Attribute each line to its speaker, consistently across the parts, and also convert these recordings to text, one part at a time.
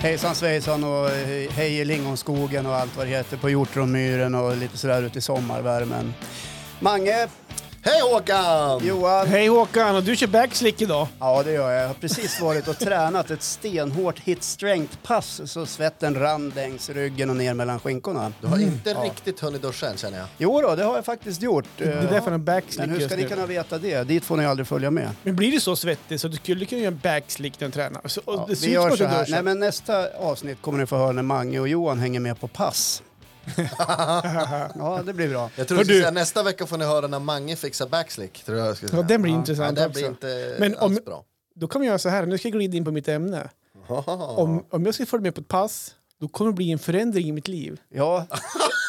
Speaker 1: Hejsan svejsan och hej- hej i lingonskogen och allt vad det heter på hjortronmyren och lite sådär ute i sommarvärmen. Mange,
Speaker 2: Hej Håkan!
Speaker 1: Johan.
Speaker 3: Hej Håkan, och du kör backslick idag.
Speaker 1: Ja, det gör jag. Jag har precis varit och tränat ett stenhårt hit strength-pass så svetten rann längs ryggen och ner mellan skinkorna.
Speaker 2: Du har inte riktigt hunnit duscha än känner jag.
Speaker 1: Jo då, det har jag faktiskt gjort. Eh,
Speaker 3: Det är därför en backslick
Speaker 1: Men hur ska
Speaker 3: just
Speaker 1: ni
Speaker 3: nu.
Speaker 1: kunna veta det? Dit får ni aldrig följa med.
Speaker 3: Men blir du så svettig så du skulle kunna göra en backslick när du tränar? Så, och det
Speaker 1: Vi
Speaker 3: ser ut som
Speaker 1: gör
Speaker 3: att
Speaker 1: så
Speaker 3: du
Speaker 1: här.
Speaker 3: dör
Speaker 1: Nej,
Speaker 3: sen.
Speaker 1: men nästa avsnitt kommer ni få höra när Mange och Johan hänger med på pass. ja, det blir bra.
Speaker 2: Jag tror
Speaker 3: Hör
Speaker 2: du skulle
Speaker 3: du-
Speaker 2: säga, nästa vecka får ni höra när Mange fixar backslick. Tror jag jag skulle
Speaker 3: Ja,
Speaker 2: säga.
Speaker 3: den blir
Speaker 1: Ja.
Speaker 2: Nej,
Speaker 3: intressant
Speaker 2: det
Speaker 3: också.
Speaker 2: blir inte
Speaker 3: Men
Speaker 2: Men
Speaker 3: om-
Speaker 2: alls bra.
Speaker 3: Då kan vi göra så här, nu ska jag glida in på mitt ämne. Om, om jag ska följa med på ett pass, då kommer det bli en förändring i mitt liv.
Speaker 1: Ja,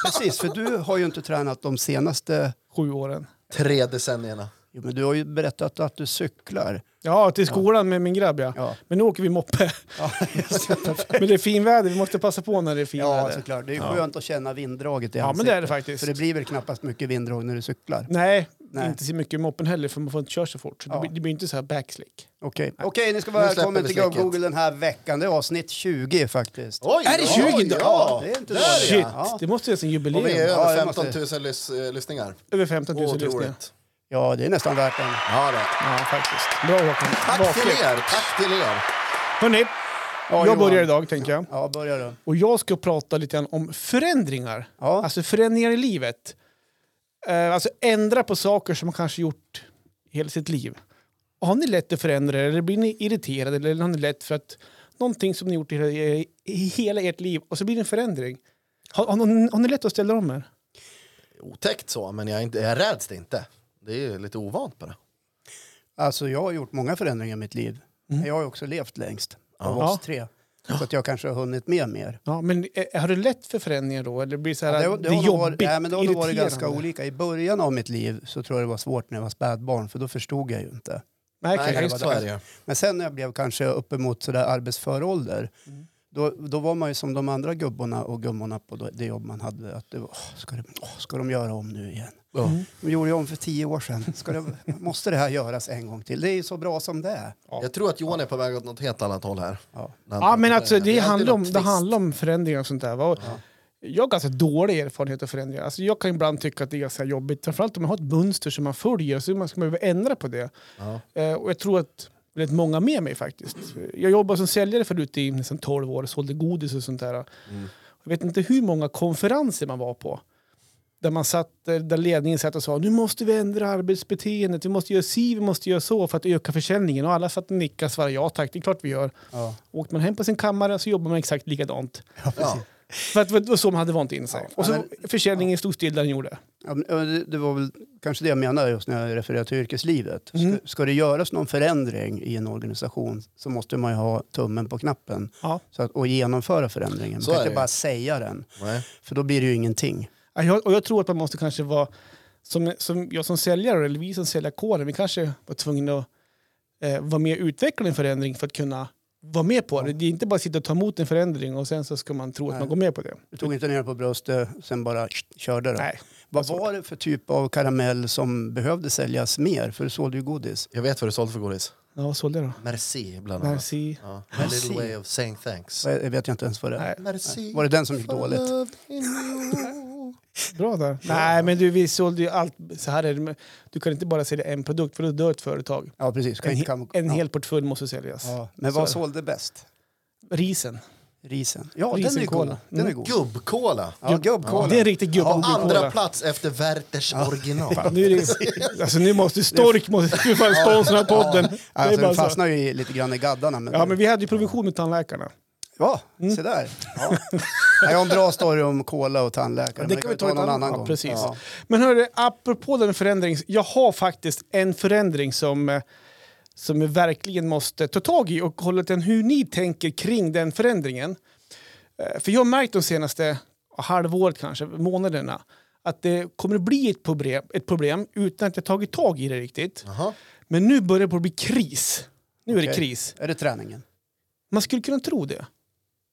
Speaker 1: precis. För du har ju inte tränat de senaste...
Speaker 3: Sju åren.
Speaker 2: Tre decennierna.
Speaker 1: Jo, men du har ju berättat att du cyklar.
Speaker 3: Ja, till skolan med min grabb ja.
Speaker 1: Ja.
Speaker 3: Men nu åker vi moppe.
Speaker 1: Ja, just det.
Speaker 3: Men det är finväder, vi måste passa på när det är
Speaker 1: ja
Speaker 3: finväder.
Speaker 1: såklart. Det är ju skönt att känna vinddraget i
Speaker 3: Ja, men
Speaker 1: ansiktet.
Speaker 3: det är det faktiskt.
Speaker 1: För det blir väl knappast mycket vinddrag när du cyklar?
Speaker 3: Nej,
Speaker 1: Nej.
Speaker 3: inte så mycket i moppen heller för man får inte köra så fort. Så
Speaker 1: Ja.
Speaker 3: det, blir, det blir inte så här backslick.
Speaker 1: Okej, Okej, ni ska vara
Speaker 2: Nu släpper
Speaker 1: välkomna
Speaker 2: vi
Speaker 1: till Gubb
Speaker 2: släcket.
Speaker 1: Google den här veckan. Det är avsnitt 20 faktiskt.
Speaker 2: Oj,
Speaker 3: Är det 20
Speaker 2: oj,
Speaker 3: då?
Speaker 2: Ja,
Speaker 1: Det är inte
Speaker 2: Där
Speaker 1: dåligt.
Speaker 3: Shit,
Speaker 1: Ja.
Speaker 3: det måste göras en
Speaker 2: Och vi är
Speaker 3: jubileum.
Speaker 1: Ja,
Speaker 2: över
Speaker 1: jag
Speaker 2: 15 000
Speaker 1: måste-
Speaker 2: lys- eh, lyssningar.
Speaker 3: Över 15 000 lyssningar.
Speaker 2: Otroligt.
Speaker 1: Ja, det är nästan värt en.
Speaker 2: Ja, det.
Speaker 3: Ja, faktiskt. Bra Håkan.
Speaker 2: Tack
Speaker 3: Vaken.
Speaker 2: till er, tack till er.
Speaker 3: Hörrni,
Speaker 1: Ja,
Speaker 3: jag
Speaker 1: Johan.
Speaker 3: börjar idag tänker jag.
Speaker 1: Ja, börja då.
Speaker 3: Och jag ska prata lite grann om förändringar.
Speaker 1: Ja.
Speaker 3: Alltså förändringar i livet. Eh, alltså ändra på saker som man kanske gjort hela sitt liv. Har ni lätt att förändra er, eller blir ni irriterade eller har ni lätt för att någonting som ni gjort i hela, i hela ert liv och så blir det en förändring? Har, har, ni- har ni lätt att ställa om er?
Speaker 2: Otäckt så, men jag, är inte, jag räds det inte. Det är ju lite ovant bara.
Speaker 1: Alltså jag har gjort många förändringar i mitt liv. Jag har ju också levt längst av
Speaker 3: Mm. Ja.
Speaker 1: oss tre. Så att jag kanske har hunnit med mer.
Speaker 3: Ja, men eh, har du lätt för förändringar då? Eller blir det så här,
Speaker 1: Det,
Speaker 3: det,
Speaker 1: har- det,
Speaker 3: är
Speaker 1: har nog
Speaker 3: jobbigt,
Speaker 1: varit, nej, men det har nog varit
Speaker 3: irriterande?
Speaker 1: ganska olika. I början av mitt liv så tror jag det var svårt när jag var spädbarn för då förstod jag ju inte.
Speaker 3: Nej, okej,
Speaker 2: Nej,
Speaker 3: just
Speaker 2: så
Speaker 3: det.
Speaker 2: är det ju.
Speaker 1: Men sen när jag blev kanske uppemot sådär arbetsför ålder
Speaker 3: Mm.
Speaker 1: då, då var man ju som de andra gubborna och gummorna på det jobb man hade. Att det var, åh, ska, det, åh, ska de göra om nu igen?
Speaker 2: Ja.
Speaker 1: De gjorde ju om för tio år sedan. Ska det, måste det här göras en gång till? Det är ju så bra som det är.
Speaker 2: Jag tror att Johan är på väg åt något helt annat håll här.
Speaker 1: Ja.
Speaker 3: Ja, men alltså,
Speaker 2: Vi
Speaker 3: det,
Speaker 2: är alltid
Speaker 3: handlar om,
Speaker 2: något
Speaker 3: det
Speaker 2: trist.
Speaker 3: handlar om förändringar och sånt där. Va? Och Jag har ganska dålig erfarenhet av förändringar. Alltså, jag kan ibland tycka att det är ganska jobbigt. Framförallt om man har ett mönster som man följer så man ska behöva ändra på det.
Speaker 2: Ja.
Speaker 3: Eh, och jag tror att väldigt många med mig faktiskt. Jag jobbade som säljare förut i nästan 12 år och sålde godis och sånt där.
Speaker 2: Mm.
Speaker 3: Jag vet inte hur många konferenser man var på. Där, man satt, eh, där ledningen satt och sa nu måste vi ändra arbetsbeteendet, vi måste göra si, vi måste göra så för att öka försäljningen. Och alla satt och nickade och svarade ja tack, det är klart vi gör.
Speaker 1: Ja.
Speaker 3: Åkte man hem på sin kammare så jobbar man exakt likadant.
Speaker 2: Ja.
Speaker 3: För att det var så man hade vant in sig.
Speaker 1: Ja,
Speaker 3: och så
Speaker 1: men-
Speaker 3: försäljningen stod still där den gjorde.
Speaker 1: Ja, men, ja, det- det var väl kanske det jag menade just när jag refererade till yrkeslivet.
Speaker 3: Mm.
Speaker 1: Ska, ska det göras någon förändring i en organisation så måste man ju ha tummen på knappen
Speaker 3: Ja.
Speaker 1: så att, och genomföra förändringen. Man
Speaker 2: Så
Speaker 1: kan
Speaker 2: är
Speaker 1: inte
Speaker 2: det.
Speaker 1: bara säga den,
Speaker 2: Nej.
Speaker 1: för då blir det ju ingenting.
Speaker 3: Ja, Jag, och jag tror att man måste kanske vara, som, som jag som säljare, eller vi som säljarkåren, vi kanske var tvungna att eh, vara med och utveckla en förändring för att kunna vara med på det. Det är inte bara att sitta och ta emot en förändring och sen så ska man tro att
Speaker 1: Nej.
Speaker 3: man går med på det.
Speaker 1: Du tog inte ner på bröstet, sen bara körde då.
Speaker 3: Nej.
Speaker 1: Vad var det för typ av karamell som behövde säljas mer? För du sålde ju godis.
Speaker 2: Jag vet vad du sålde för godis.
Speaker 3: Ja, vad sålde jag då?
Speaker 2: Merci, bland annat.
Speaker 3: Nancy.
Speaker 2: Ja. A
Speaker 1: Merci.
Speaker 2: little way of saying thanks.
Speaker 1: Så Jag vet jag inte ens vad det är.
Speaker 3: Nej,
Speaker 2: Merci.
Speaker 1: Var det den som gick
Speaker 2: for
Speaker 1: dåligt?
Speaker 2: love in you.
Speaker 3: bra där. Nej, men du, vi sålde ju allt. Så här är det. med- Du kan inte bara sälja en produkt för då dör ett företag.
Speaker 1: Ja, precis. Kan
Speaker 3: En,
Speaker 1: inte- kan-
Speaker 3: en
Speaker 1: ja.
Speaker 3: hel portfölj måste säljas.
Speaker 1: Ja. Men
Speaker 3: Så är
Speaker 1: vad
Speaker 3: det.
Speaker 1: sålde bäst?
Speaker 3: Risen.
Speaker 1: Risen. Ja, den är ju
Speaker 3: Risenkola.
Speaker 1: god. Den är
Speaker 3: Mm.
Speaker 1: god.
Speaker 2: Gubbkola.
Speaker 1: Ja, gubbkola.
Speaker 3: Det är en riktig gubbe.
Speaker 2: Ja, andra plats efter Werthers original.
Speaker 3: Nu, är det, alltså, nu måste Stork måste du fan sponsra den här podden. Det är
Speaker 1: Alltså,
Speaker 3: bara
Speaker 1: den
Speaker 3: så.
Speaker 1: fastnar ju i- lite grann i gaddarna. Men
Speaker 3: Ja, men Mm. vi hade ju provision med tandläkarna.
Speaker 1: Ja, se där. Ja. Jag har en bra story om cola och tandläkare. men någon annan
Speaker 3: Ja,
Speaker 1: gång.
Speaker 3: precis.
Speaker 1: Ja.
Speaker 3: Men hörru, apropå den förändringen. Jag har faktiskt en förändring som, eh, som jag verkligen måste ta tag i och kolla till hur ni tänker kring den förändringen. Eh, För jag har märkt de senaste ja, halvåret kanske, månaderna, att det kommer att bli ett problem, ett problem utan att jag tagit tag i det riktigt.
Speaker 2: Jaha.
Speaker 3: Men nu börjar det bli kris. Nu är det
Speaker 1: Okej.
Speaker 3: kris.
Speaker 1: Är det träningen?
Speaker 3: Man skulle kunna tro det.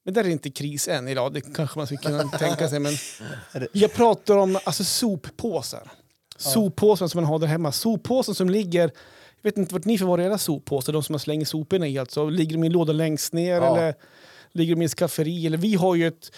Speaker 3: Men där är det inte kris än idag, det kanske man skulle kunna tänka sig. Men
Speaker 1: Är det-
Speaker 3: jag pratar om alltså, soppåsar. Soppåsar som man har där hemma. Soppåsen som ligger, jag vet inte vart ni förvarar era soppåsar, de som man slänger soporna i alltså. Ligger de i en låda längst ner
Speaker 1: Ja.
Speaker 3: eller ligger de i ett skafferi? Eller vi har ju ett...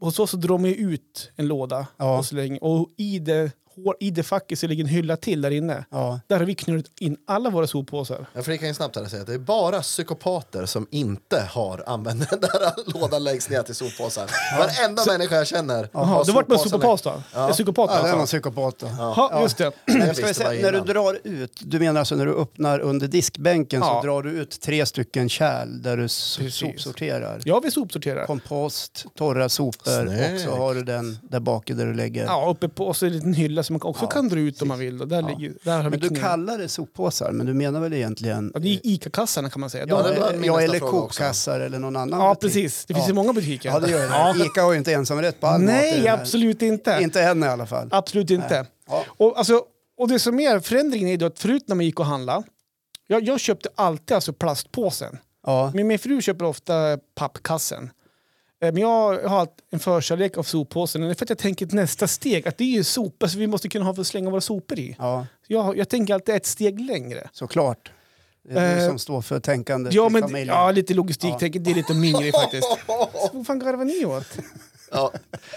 Speaker 3: Hos oss så drar man ju ut en låda
Speaker 1: Ja.
Speaker 3: och slänger. Och i det, hår- i det facket så ligger en hylla till där inne.
Speaker 1: Ja.
Speaker 3: Där har vi knullat in alla våra soppåsar.
Speaker 2: Ja, för det kan ju snabbt här säga att det är bara psykopater som inte har använt den där lådan längst ner till soppåsar. Varenda människa jag känner
Speaker 3: Jaha, du vart med
Speaker 2: soppåsarna-
Speaker 3: psykopat då? Ja. Psykopat
Speaker 1: Ja, det är någon
Speaker 3: alltså.
Speaker 1: psykopat. då.
Speaker 3: Ja, just det.
Speaker 1: Ska
Speaker 2: Jag
Speaker 1: vi
Speaker 2: visste bara
Speaker 1: säga, när du
Speaker 2: innan.
Speaker 1: drar ut, du menar alltså när du öppnar under diskbänken
Speaker 3: Ja.
Speaker 1: så drar du ut tre stycken kärl där du so-
Speaker 3: Precis.
Speaker 1: sopsorterar.
Speaker 3: Ja, vi sopsorterar.
Speaker 1: Kompost, torra sopor och så
Speaker 2: Snyggt.
Speaker 1: har du den där bak där du lägger.
Speaker 3: Ja, uppe på oss är en liten hylla som man också
Speaker 1: Ja,
Speaker 3: kan dra ut om man vill. Och där
Speaker 1: Ja.
Speaker 3: ligger, där har vi
Speaker 1: Men du
Speaker 3: kniv.
Speaker 1: kallar det soppåsar, men du menar väl egentligen
Speaker 3: Ja, det är ICA-kassarna kan man säga.
Speaker 2: Ja,
Speaker 3: Ja,
Speaker 2: det
Speaker 1: eh,
Speaker 2: var min
Speaker 1: ja,
Speaker 2: nästa
Speaker 1: eller
Speaker 2: fråga
Speaker 1: kokkassar eller någon annan
Speaker 3: ja
Speaker 1: butik?
Speaker 3: precis. Det finns
Speaker 1: Ja.
Speaker 3: ju många butiker.
Speaker 1: Ja, det gör det. Ica har ju inte ensamrätt på all mat i den
Speaker 3: Nej,
Speaker 1: här.
Speaker 3: absolut inte.
Speaker 1: Inte än i alla fall.
Speaker 3: Absolut inte.
Speaker 1: Ja.
Speaker 3: Och, alltså, och det som är förändringen är då att förut när man gick och handlade, jag, jag köpte alltid alltså plastpåsen.
Speaker 1: Ja.
Speaker 3: Min, min fru köper ofta pappkassen. Eh, Men jag har allt- en förkärlek av soppåsen. Och Det är för att jag tänker ett nästa steg, att det är ju sopor så vi måste kunna ha för att slänga våra sopor i.
Speaker 1: ja,
Speaker 3: Jag, jag tänker alltid ett steg längre.
Speaker 1: såklart. Det är du
Speaker 3: Eh,
Speaker 1: som står för tänkandet
Speaker 3: Ja,
Speaker 1: i
Speaker 3: men,
Speaker 1: familjen.
Speaker 3: ja lite logistik
Speaker 1: Ja.
Speaker 3: tänker, det är lite min grej faktiskt. Så Vad fan garvar ni åt?
Speaker 2: Ja.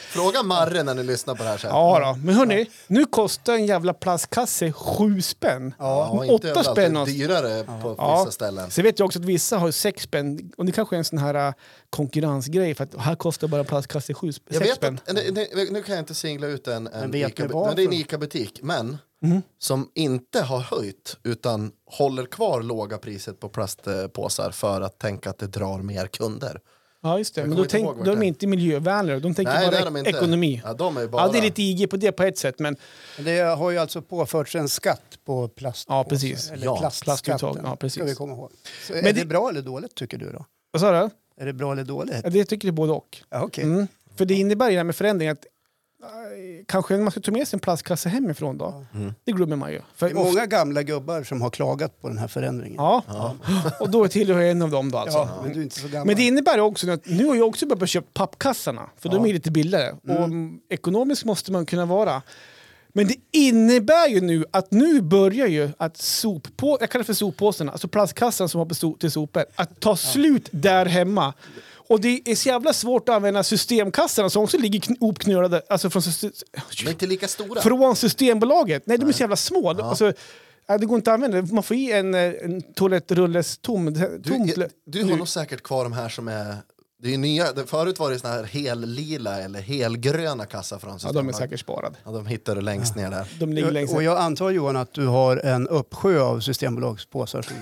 Speaker 2: Fråga Marre när ni lyssnar på det här sen.
Speaker 3: Ja då, men hörni, nu kostar en jävla plastkasse sju spänn.
Speaker 2: Ja,
Speaker 3: Men
Speaker 2: och inte
Speaker 3: åtta
Speaker 2: överallt.
Speaker 3: spänn
Speaker 2: Det är
Speaker 3: någonstans.
Speaker 2: dyrare på
Speaker 3: Ja.
Speaker 2: vissa ställen.
Speaker 3: Sen vet jag också att vissa har sex spänn, och det kanske är en sån här äh, konkurrensgrej för att här kostar bara plastkasse sju sp-
Speaker 2: Jag
Speaker 3: sex
Speaker 2: vet
Speaker 3: spänn.
Speaker 2: att, nu, nu- nu kan jag inte singla ut en, en
Speaker 1: Men vet ni
Speaker 2: Ica-butik,
Speaker 1: varför?
Speaker 2: men det är en Ica-butik, men som inte har höjt utan håller kvar låga priset på plastpåsar för att tänka att det drar mer kunder.
Speaker 3: Ja just det,
Speaker 2: Jag
Speaker 3: men
Speaker 2: kommer inte
Speaker 3: då
Speaker 2: ihåg
Speaker 3: tänk,
Speaker 2: vart
Speaker 3: då är de
Speaker 2: det är.
Speaker 3: inte miljövänligare, de tänker
Speaker 2: Nej, det
Speaker 3: bara
Speaker 2: är de
Speaker 3: ek-
Speaker 2: inte.
Speaker 3: ekonomi.
Speaker 2: Ja, de är ju bara...
Speaker 3: Ja, det är lite IG på det på ett sätt, men
Speaker 1: Det har ju alltså påförts en skatt på plast.
Speaker 3: Ja, precis.
Speaker 1: Eller
Speaker 2: Ja,
Speaker 1: plastskatten.
Speaker 3: plastuttag. Ja, precis.
Speaker 1: Ska vi komma ihåg. Så är
Speaker 3: Men
Speaker 1: det
Speaker 3: det-
Speaker 1: bra eller dåligt tycker du då?
Speaker 3: vad sa du?
Speaker 1: Är det bra eller dåligt?
Speaker 3: Ja, det tycker jag är både och.
Speaker 1: Ja, okej.
Speaker 3: Mm. För det innebär ju det här med förändring att eh, kanske man ska ta med sig en plastkasse hemifrån då. Det glömmer man ju. För
Speaker 1: Mm. Det är många gamla gubbar som har klagat på den här förändringen.
Speaker 3: Ja, och då tillhör jag en av dem då alltså.
Speaker 1: Ja, men du är inte så gammal.
Speaker 3: Men det innebär ju också att nu har jag också börjat köpa pappkassarna, för de är lite billigare. Och mm, ekonomiskt måste man kunna vara. Men det innebär ju nu att nu börjar ju att soppå, jag kallar det för soppåsarna, alltså plastkassan som har besto- till sopor, att ta slut där hemma. Och det är så jävla svårt att använda systemkassarna som också ligger kn- hopknölade, alltså från, syste-
Speaker 2: Men inte lika stora.
Speaker 3: från Systembolaget. Nej, de är så jävla små. Alltså, ja, det går inte att använda. Man får i en, eh, en toalettrulles tom...
Speaker 2: Du,
Speaker 3: tom
Speaker 2: jag- du har nog säkert kvar de här som är... Det är ju nya, det- förut var det såna här hellila eller helgröna kassar från
Speaker 3: ja, de är
Speaker 2: Systembolaget.
Speaker 3: säkert sparade.
Speaker 2: Ja, de hittar du längst ner där.
Speaker 3: De ligger längst
Speaker 1: och
Speaker 3: ner.
Speaker 1: jag antar Johan att du har en uppsjö av Systembolagspåsar som,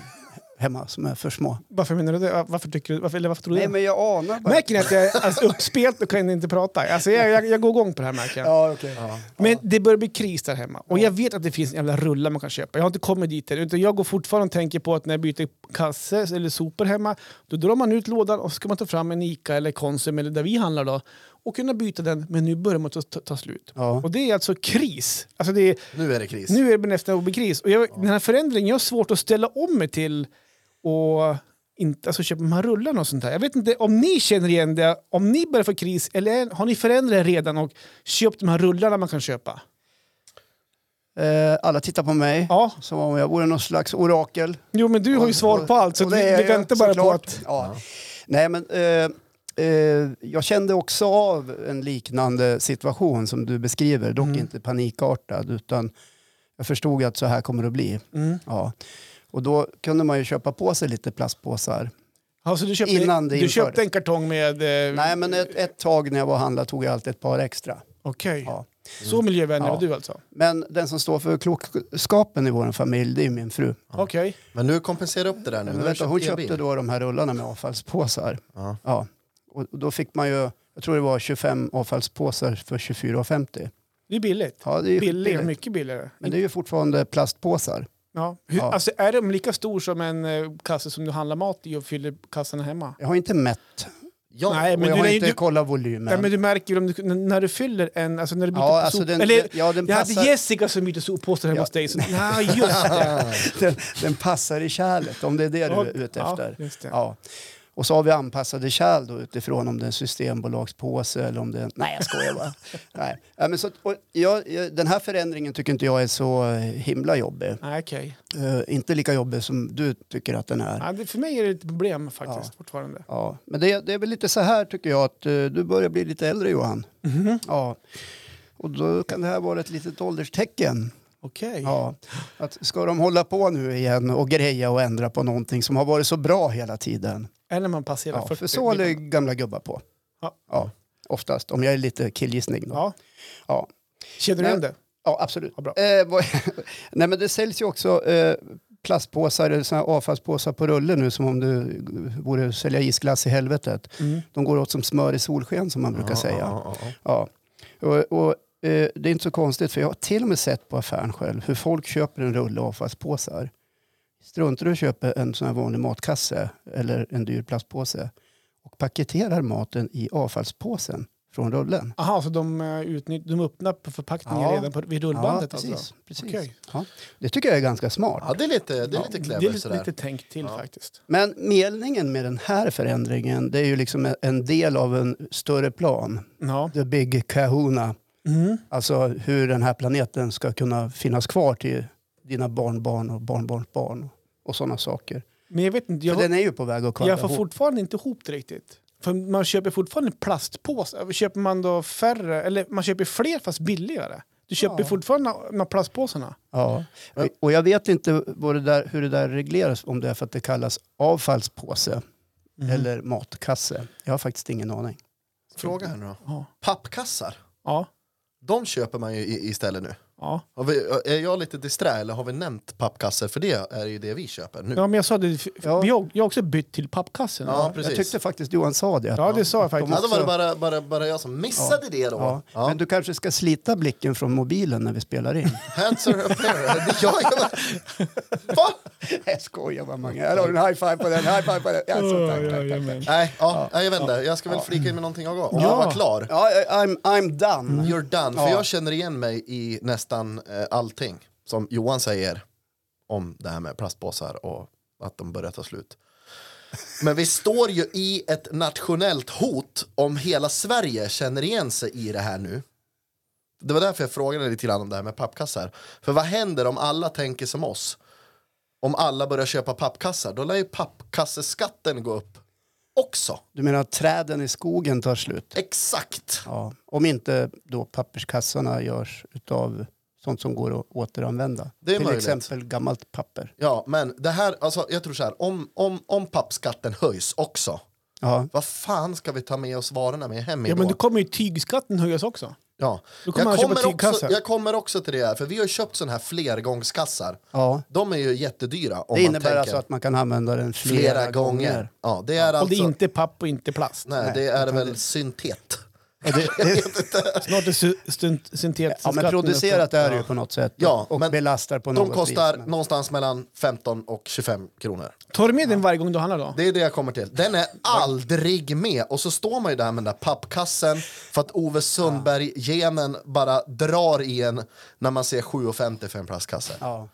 Speaker 1: hemma som är för små.
Speaker 3: Varför menar du det? Varför, tycker du, varför, eller varför tror du
Speaker 1: Nej,
Speaker 3: det?
Speaker 1: men jag anar bara.
Speaker 3: Märker ni att jag är alltså, uppspelt och kan inte prata? Alltså, jag, jag, jag går igång på det här märker jag.
Speaker 1: Ja, okej.
Speaker 3: Men det börjar bli kris där hemma. Och jag vet att det finns en jävla rulla man kan köpa. Jag har inte kommit dit än. Utan jag går fortfarande och tänker på att när jag byter kasse eller sopor hemma, då drar man ut lådan och så ska man ta fram en Ica eller Konsum eller där vi handlar då och kunna byta den. Men nu börjar man ta, ta, ta slut.
Speaker 1: Ja.
Speaker 3: Och det är alltså kris. Alltså det är,
Speaker 2: Nu är det kris.
Speaker 3: nu är det nästan att bli kris. Och jag, den här förändringen, jag har svårt att ställa om mig till och inte, alltså köpa de här rullarna och sånt där. Jag vet inte om ni känner igen det, om ni börjar få kris eller är- har ni förändrat er redan och köpt de här rullarna man kan köpa?
Speaker 1: Eh, alla tittar på mig
Speaker 3: Ja,
Speaker 1: som om jag vore någon slags orakel.
Speaker 3: jo men du har ju svar på allt så
Speaker 1: Och
Speaker 3: du,
Speaker 1: det är
Speaker 3: du
Speaker 1: jag,
Speaker 3: väntar bara på
Speaker 1: såklart.
Speaker 3: att...
Speaker 1: Ja. Nej, men, eh, eh, jag kände också av en liknande situation som du beskriver, dock
Speaker 3: Mm.
Speaker 1: inte panikartad, utan jag förstod att så här kommer det att bli.
Speaker 3: Mm.
Speaker 1: Ja. Och då kunde man ju köpa på sig lite plastpåsar.
Speaker 3: Alltså, du köpte,
Speaker 1: Innan det
Speaker 3: du
Speaker 1: infördes.
Speaker 3: köpte en kartong med... Eh,
Speaker 1: Nej, men ett, ett tag när jag var och handlade tog jag alltid ett par extra.
Speaker 3: Okej,
Speaker 1: Ja. Mm.
Speaker 3: så miljövänlig
Speaker 1: Ja.
Speaker 3: var du alltså?
Speaker 1: Men den som står för klokskapen i vår familj, det är min fru.
Speaker 3: Okej.
Speaker 2: Men nu kompenserar upp det där nu.
Speaker 1: Men
Speaker 2: nu har du
Speaker 1: vänta, hon
Speaker 2: köpt elbil.
Speaker 1: köpte då de här rullarna med avfallspåsar.
Speaker 2: Ja.
Speaker 1: Ja. Och då fick man ju, jag tror det var 25 avfallspåsar för 24,50.
Speaker 3: Det är billigt.
Speaker 1: Ja, det är ju
Speaker 3: Billigare,
Speaker 1: skitbilligt.
Speaker 3: mycket billigare.
Speaker 1: Men det är ju fortfarande plastpåsar.
Speaker 3: Ja. Hur,
Speaker 1: Ja.
Speaker 3: Alltså, är de lika stor som en eh, kasse som du handlar mat i och fyller kassarna hemma?
Speaker 1: Jag har inte mätt
Speaker 2: Ja,
Speaker 3: Nej,
Speaker 1: och
Speaker 3: men
Speaker 1: jag
Speaker 3: du,
Speaker 1: har
Speaker 3: nej,
Speaker 1: inte
Speaker 3: du,
Speaker 1: kollat
Speaker 3: nej,
Speaker 1: volymen.
Speaker 3: men du märker ju om du, n- när du fyller en... Alltså när du byter
Speaker 1: ja,
Speaker 3: på
Speaker 1: alltså
Speaker 3: sop,
Speaker 1: den,
Speaker 3: eller,
Speaker 1: ja, den,
Speaker 3: jag hade
Speaker 1: passar,
Speaker 3: Jessica som bytte soppåsar hemma
Speaker 1: Ja.
Speaker 3: hos dig. Så, ja, just det.
Speaker 1: den, den passar i kärlet om det är det du är ute
Speaker 3: Ja,
Speaker 1: efter.
Speaker 3: just det.
Speaker 1: Ja. Och så har vi anpassade kärl då utifrån om det är en systembolagspåse eller om det är... Nej, jag skojar bara. Nej. Ja, men så, att- och jag, jag- den här förändringen tycker inte jag är så eh, himla jobbig.
Speaker 3: Nej, okej.
Speaker 1: Eh, inte lika jobbig som du tycker att den är.
Speaker 3: Ja, det- för mig är det ett problem faktiskt fortfarande.
Speaker 1: Ja, men det, det är väl lite så här tycker jag att eh, du börjar bli lite äldre Johan. Ja. Och då kan det här vara ett litet ålderstecken.
Speaker 3: Okej.
Speaker 1: Ja. Att ska de hålla på nu igen och greja och ändra på någonting som har varit så bra hela tiden?
Speaker 3: Eller när man passerar
Speaker 1: Ja,
Speaker 3: 40.
Speaker 1: för så håller gamla gubbar på.
Speaker 3: Ja.
Speaker 1: Ja, oftast, om jag är lite killgissning då.
Speaker 3: Ja.
Speaker 1: Ja.
Speaker 3: Känner du
Speaker 1: Nej.
Speaker 3: igen det?
Speaker 1: Ja, absolut.
Speaker 3: Ja, bra.
Speaker 1: Eh, vad- Nej, men det säljs ju också eh, plastpåsar, eller såna här avfallspåsar på rulle nu som om du vore att sälja isglass i helvetet.
Speaker 3: Mm.
Speaker 1: De går åt som smör i solsken som man brukar säga. Ja.
Speaker 2: Ja, ja,
Speaker 1: Och, och, eh, det är inte så konstigt för jag har till och med sett på affären själv hur folk köper en rulle avfallspåsar. Struntar du och köper en sån här vanlig matkasse eller en dyr plastpåse och paketerar maten i avfallspåsen från rullen.
Speaker 3: Aha, så de, eh, utnytt, de öppnar på förpackningen
Speaker 1: Ja.
Speaker 3: redan på, vid rullbandet
Speaker 1: ja, precis,
Speaker 3: alltså?
Speaker 1: precis.
Speaker 3: Okej.
Speaker 1: Ja. Det tycker jag är ganska smart.
Speaker 2: ja. ja, det är lite, det är lite
Speaker 3: Det är
Speaker 2: clever
Speaker 3: lite,
Speaker 2: sådär.
Speaker 3: lite tänk till faktiskt.
Speaker 1: Men meningen med den här förändringen det är ju liksom en del av en större plan.
Speaker 3: Ja.
Speaker 1: The big kahuna.
Speaker 3: Mm.
Speaker 1: Alltså hur den här planeten ska kunna finnas kvar till dina barnbarn och barnbarnsbarn och sådana saker.
Speaker 3: Men jag vet inte, jag,
Speaker 1: För den är ju på väg att kvala
Speaker 3: jag får
Speaker 1: ihop.
Speaker 3: fortfarande inte ihop det riktigt. För man köper fortfarande plastpåsar. Köper man då färre, eller man köper fler fast billigare. Du köper
Speaker 1: Ja.
Speaker 3: fortfarande de här plastpåsarna.
Speaker 1: Ja. Och- Och jag vet inte vad det där, hur det där regleras, om det är för att det kallas avfallspåse
Speaker 3: Mm.
Speaker 1: eller matkasse. Jag har faktiskt ingen aning.
Speaker 2: Fråga här nu då.
Speaker 3: Ja.
Speaker 2: Pappkassar,
Speaker 3: Ja.
Speaker 2: de köper man ju i, istället nu.
Speaker 3: Ja.
Speaker 2: Har vi, är jag lite disträ eller har vi nämnt pappkassar? För det är ju det vi köper nu.
Speaker 3: ja, men jag sa det. f- f-
Speaker 1: Ja.
Speaker 3: Jag, jag har också bytt till pappkassen.
Speaker 2: Ja,
Speaker 1: Jag
Speaker 2: precis.
Speaker 1: tyckte faktiskt Johan sa det.
Speaker 3: Ja, det sa jag faktiskt.
Speaker 2: Ja, då var det bara, bara, bara jag som missade det då.
Speaker 1: Ja.
Speaker 2: Ja.
Speaker 1: Men du kanske ska slita blicken från mobilen när vi spelar in.
Speaker 2: Hands are apparent. jag, jag, Va?
Speaker 1: jag skojar bara Mange. Här har du en high five på den, high five på den. Ja, så, tack, tack, tack.
Speaker 3: Jajamän.
Speaker 2: Nej, ja, jag vet inte. Jag ska väl flika in med någonting jag gav. Om
Speaker 3: Ja.
Speaker 2: jag var klar.
Speaker 1: ja I- I'm, I'm done.
Speaker 3: Mm.
Speaker 2: You're done. För
Speaker 1: Mm. Ja.
Speaker 2: jag känner igen mig i nästan eh, allting som Johan säger om det här med plastpåsar och att de börjar ta slut. Men vi står ju i ett nationellt hot om hela Sverige känner igen sig i det här nu. Det var därför jag frågade lite grann om det här med pappkassar. För vad händer om alla tänker som oss? Om alla börjar köpa pappkassar, då lär ju pappkasseskatten gå upp också.
Speaker 1: Du menar att träden i skogen tar slut?
Speaker 2: Exakt!
Speaker 1: Ja. Om inte då papperskassarna görs utav sånt som går att återanvända.
Speaker 2: Det är
Speaker 1: Till
Speaker 2: möjligt.
Speaker 1: exempel gammalt papper.
Speaker 2: Ja, men det här, alltså, jag tror så här, om, om, om pappskatten höjs också,
Speaker 1: Ja.
Speaker 2: vad fan ska vi ta med oss varorna med hem
Speaker 3: Ja,
Speaker 2: idag?
Speaker 3: men då kommer ju tygskatten höjas också.
Speaker 2: ja.
Speaker 3: då kommer
Speaker 2: jag,
Speaker 3: man köpa
Speaker 2: kommer också,
Speaker 3: tygkassar.
Speaker 2: jag kommer också till det här, för vi har ju köpt sådana här flergångskassar.
Speaker 1: ja.
Speaker 2: De är ju jättedyra om
Speaker 1: Det
Speaker 2: man
Speaker 1: innebär
Speaker 2: tänker
Speaker 1: alltså att man kan använda den flera, gånger.
Speaker 2: Ja, det är
Speaker 3: Och det
Speaker 2: alltså,
Speaker 3: är inte papp och inte plast.
Speaker 2: nej, det är väl syntet.
Speaker 1: Ja, det, det,
Speaker 3: Snart är sy- stunt- syntet...
Speaker 1: ja, men producerat är det ju på något sätt.
Speaker 2: Ja,
Speaker 1: och
Speaker 2: men
Speaker 1: belastar på
Speaker 2: De
Speaker 1: något
Speaker 2: kostar
Speaker 1: vis. men-
Speaker 2: någonstans mellan 15 och 25 kronor.
Speaker 3: Tar du med den varje gång du handlar då?
Speaker 2: Det är det jag kommer till. Den är aldrig med. Och så står man ju där med den där pappkassen för att Ove Sundberg-genen bara drar i en när man ser 7,50 för en plastkasse.
Speaker 1: Ja.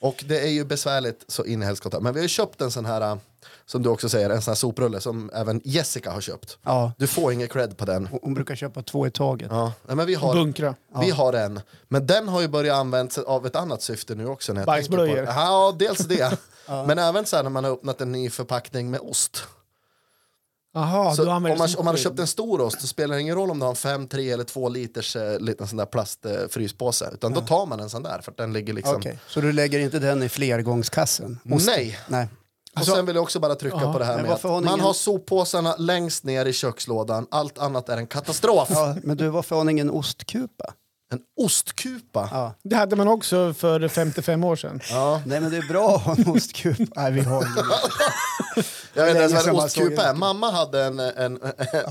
Speaker 2: Och det är ju besvärligt så in i helskotta. Men vi har ju köpt en sån här, äh, som du också säger, en sån här soprulle som även Jessica har köpt.
Speaker 1: Ja.
Speaker 2: Du får ingen cred på den.
Speaker 1: Hon brukar köpa två i taget.
Speaker 2: Ja. Nej, men vi har,
Speaker 3: Bunkra.
Speaker 2: Vi har en. Men den har ju börjat användas av ett annat syfte nu också. När jag tänker på det.
Speaker 3: Bajsblöjor.
Speaker 2: Ja, dels det. Men även så här när man har öppnat en ny förpackning med ost.
Speaker 3: Jaha,
Speaker 2: Så
Speaker 3: du
Speaker 2: om,
Speaker 3: använder
Speaker 2: man,
Speaker 3: det som
Speaker 2: om man har
Speaker 3: skydd.
Speaker 2: köpt en stor ost så spelar det ingen roll om du har en 5, 3 eller 2 liters eh, liten sån där plastfryspåse. Eh, fryspåse. utan då tar man en sån där för att den ligger liksom... Mm.
Speaker 1: Okej, Så du lägger inte den i flergångskassen?
Speaker 2: Nej!
Speaker 1: Nej.
Speaker 2: Och sen vill jag också bara trycka på det
Speaker 1: Alltså-
Speaker 2: här
Speaker 1: men
Speaker 2: med att
Speaker 1: varför har
Speaker 2: man
Speaker 1: ni ingen-
Speaker 2: har soppåsarna längst ner i kökslådan. Allt annat är en katastrof.
Speaker 1: Ja, men du, varför har ni ingen ostkupa?
Speaker 2: En ostkupa.
Speaker 1: Ja.
Speaker 3: Det hade man också för 55 år sedan.
Speaker 2: Ja.
Speaker 1: Nej, men det är bra att ha en ostkupa. Nej, vi har ingen.
Speaker 2: Jag vet inte
Speaker 1: länge
Speaker 2: ens vad en
Speaker 1: sedan man såg
Speaker 2: ostkupa
Speaker 1: en
Speaker 2: är. Mamma hade en, en, en,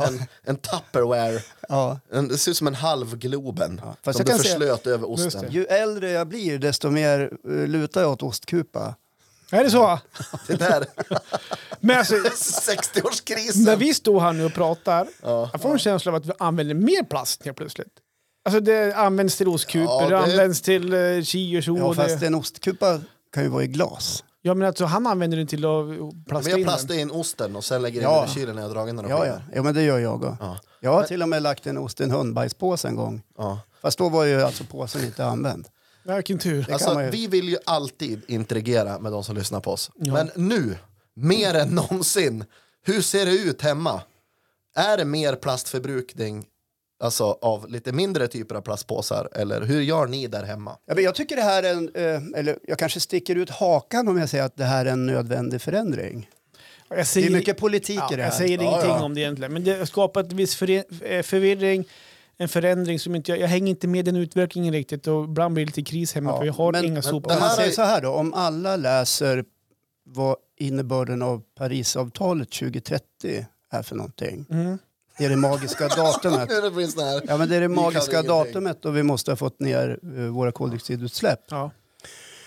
Speaker 2: en, en Tupperware.
Speaker 1: Ja.
Speaker 2: En, det ser ut som en halv Globen.
Speaker 1: Fast jag
Speaker 2: som du
Speaker 1: kan säga-
Speaker 2: förslöt över
Speaker 3: Just
Speaker 2: osten.
Speaker 3: det.
Speaker 1: Ju äldre jag blir, desto mer eh, lutar jag åt ostkupa.
Speaker 3: Är det så?
Speaker 2: Det där
Speaker 3: Men alltså,
Speaker 2: 60-årskrisen.
Speaker 3: när vi står här nu och pratar, jag får en känsla av att vi använder mer plast helt plötsligt. Alltså det används till ostkupor,
Speaker 2: Ja,
Speaker 3: det
Speaker 2: det-
Speaker 3: används till eh, chi och tjo.
Speaker 1: Ja,
Speaker 3: och
Speaker 1: fast
Speaker 3: det...
Speaker 1: en ostkupa kan ju vara i glas.
Speaker 3: Ja, men alltså, han använder den till att eh, plasta
Speaker 2: Men jag
Speaker 3: in den.
Speaker 2: plastar in osten och sen lägger
Speaker 1: Ja.
Speaker 2: in den i kylen när jag drar in den och
Speaker 1: Ja, ja.
Speaker 2: skiner.
Speaker 1: ja men det gör jag också.
Speaker 2: Ja.
Speaker 1: Jag har till och med lagt en ost i en hundbajspåse en gång.
Speaker 2: Ja.
Speaker 1: Fast då var ju alltså påsen inte använd.
Speaker 3: Ja, Vilken tur.
Speaker 1: Det
Speaker 2: Alltså,
Speaker 1: kan man ju-
Speaker 2: Vi vill ju alltid interagera med de som lyssnar på oss. Men nu, mer än någonsin, hur ser det ut hemma? Är det mer plastförbrukning alltså, av lite mindre typer av plastpåsar? Eller hur gör ni där hemma?
Speaker 1: Ja, men jag tycker det här är en, eh, eller jag kanske sticker ut hakan om jag säger att det här är en nödvändig förändring.
Speaker 3: Jag
Speaker 1: Det
Speaker 3: säger,
Speaker 1: är mycket politik
Speaker 3: ja,
Speaker 1: i det
Speaker 3: jag
Speaker 1: här.
Speaker 3: säger ingenting
Speaker 2: ja.
Speaker 3: om det egentligen, men det har skapat en viss förre- eh, förvirring. En förändring som inte jag, jag hänger inte med i den utvecklingen riktigt och ibland blir det lite kris hemma
Speaker 1: Ja,
Speaker 3: för jag har
Speaker 1: men-
Speaker 3: inga
Speaker 1: men
Speaker 3: sopor.
Speaker 2: det
Speaker 1: Om man
Speaker 2: här
Speaker 1: säger
Speaker 2: är-
Speaker 1: så här då, om alla läser vad innebörden av Parisavtalet 2030 är för någonting.
Speaker 3: Mm.
Speaker 1: Det är det magiska datumet.
Speaker 2: Nu är det blir sån här.
Speaker 1: Ja, men det är det
Speaker 2: Vi kan
Speaker 1: magiska
Speaker 2: ingenting.
Speaker 1: datumet och vi måste ha fått ner eh, våra koldioxidutsläpp.
Speaker 3: Ja.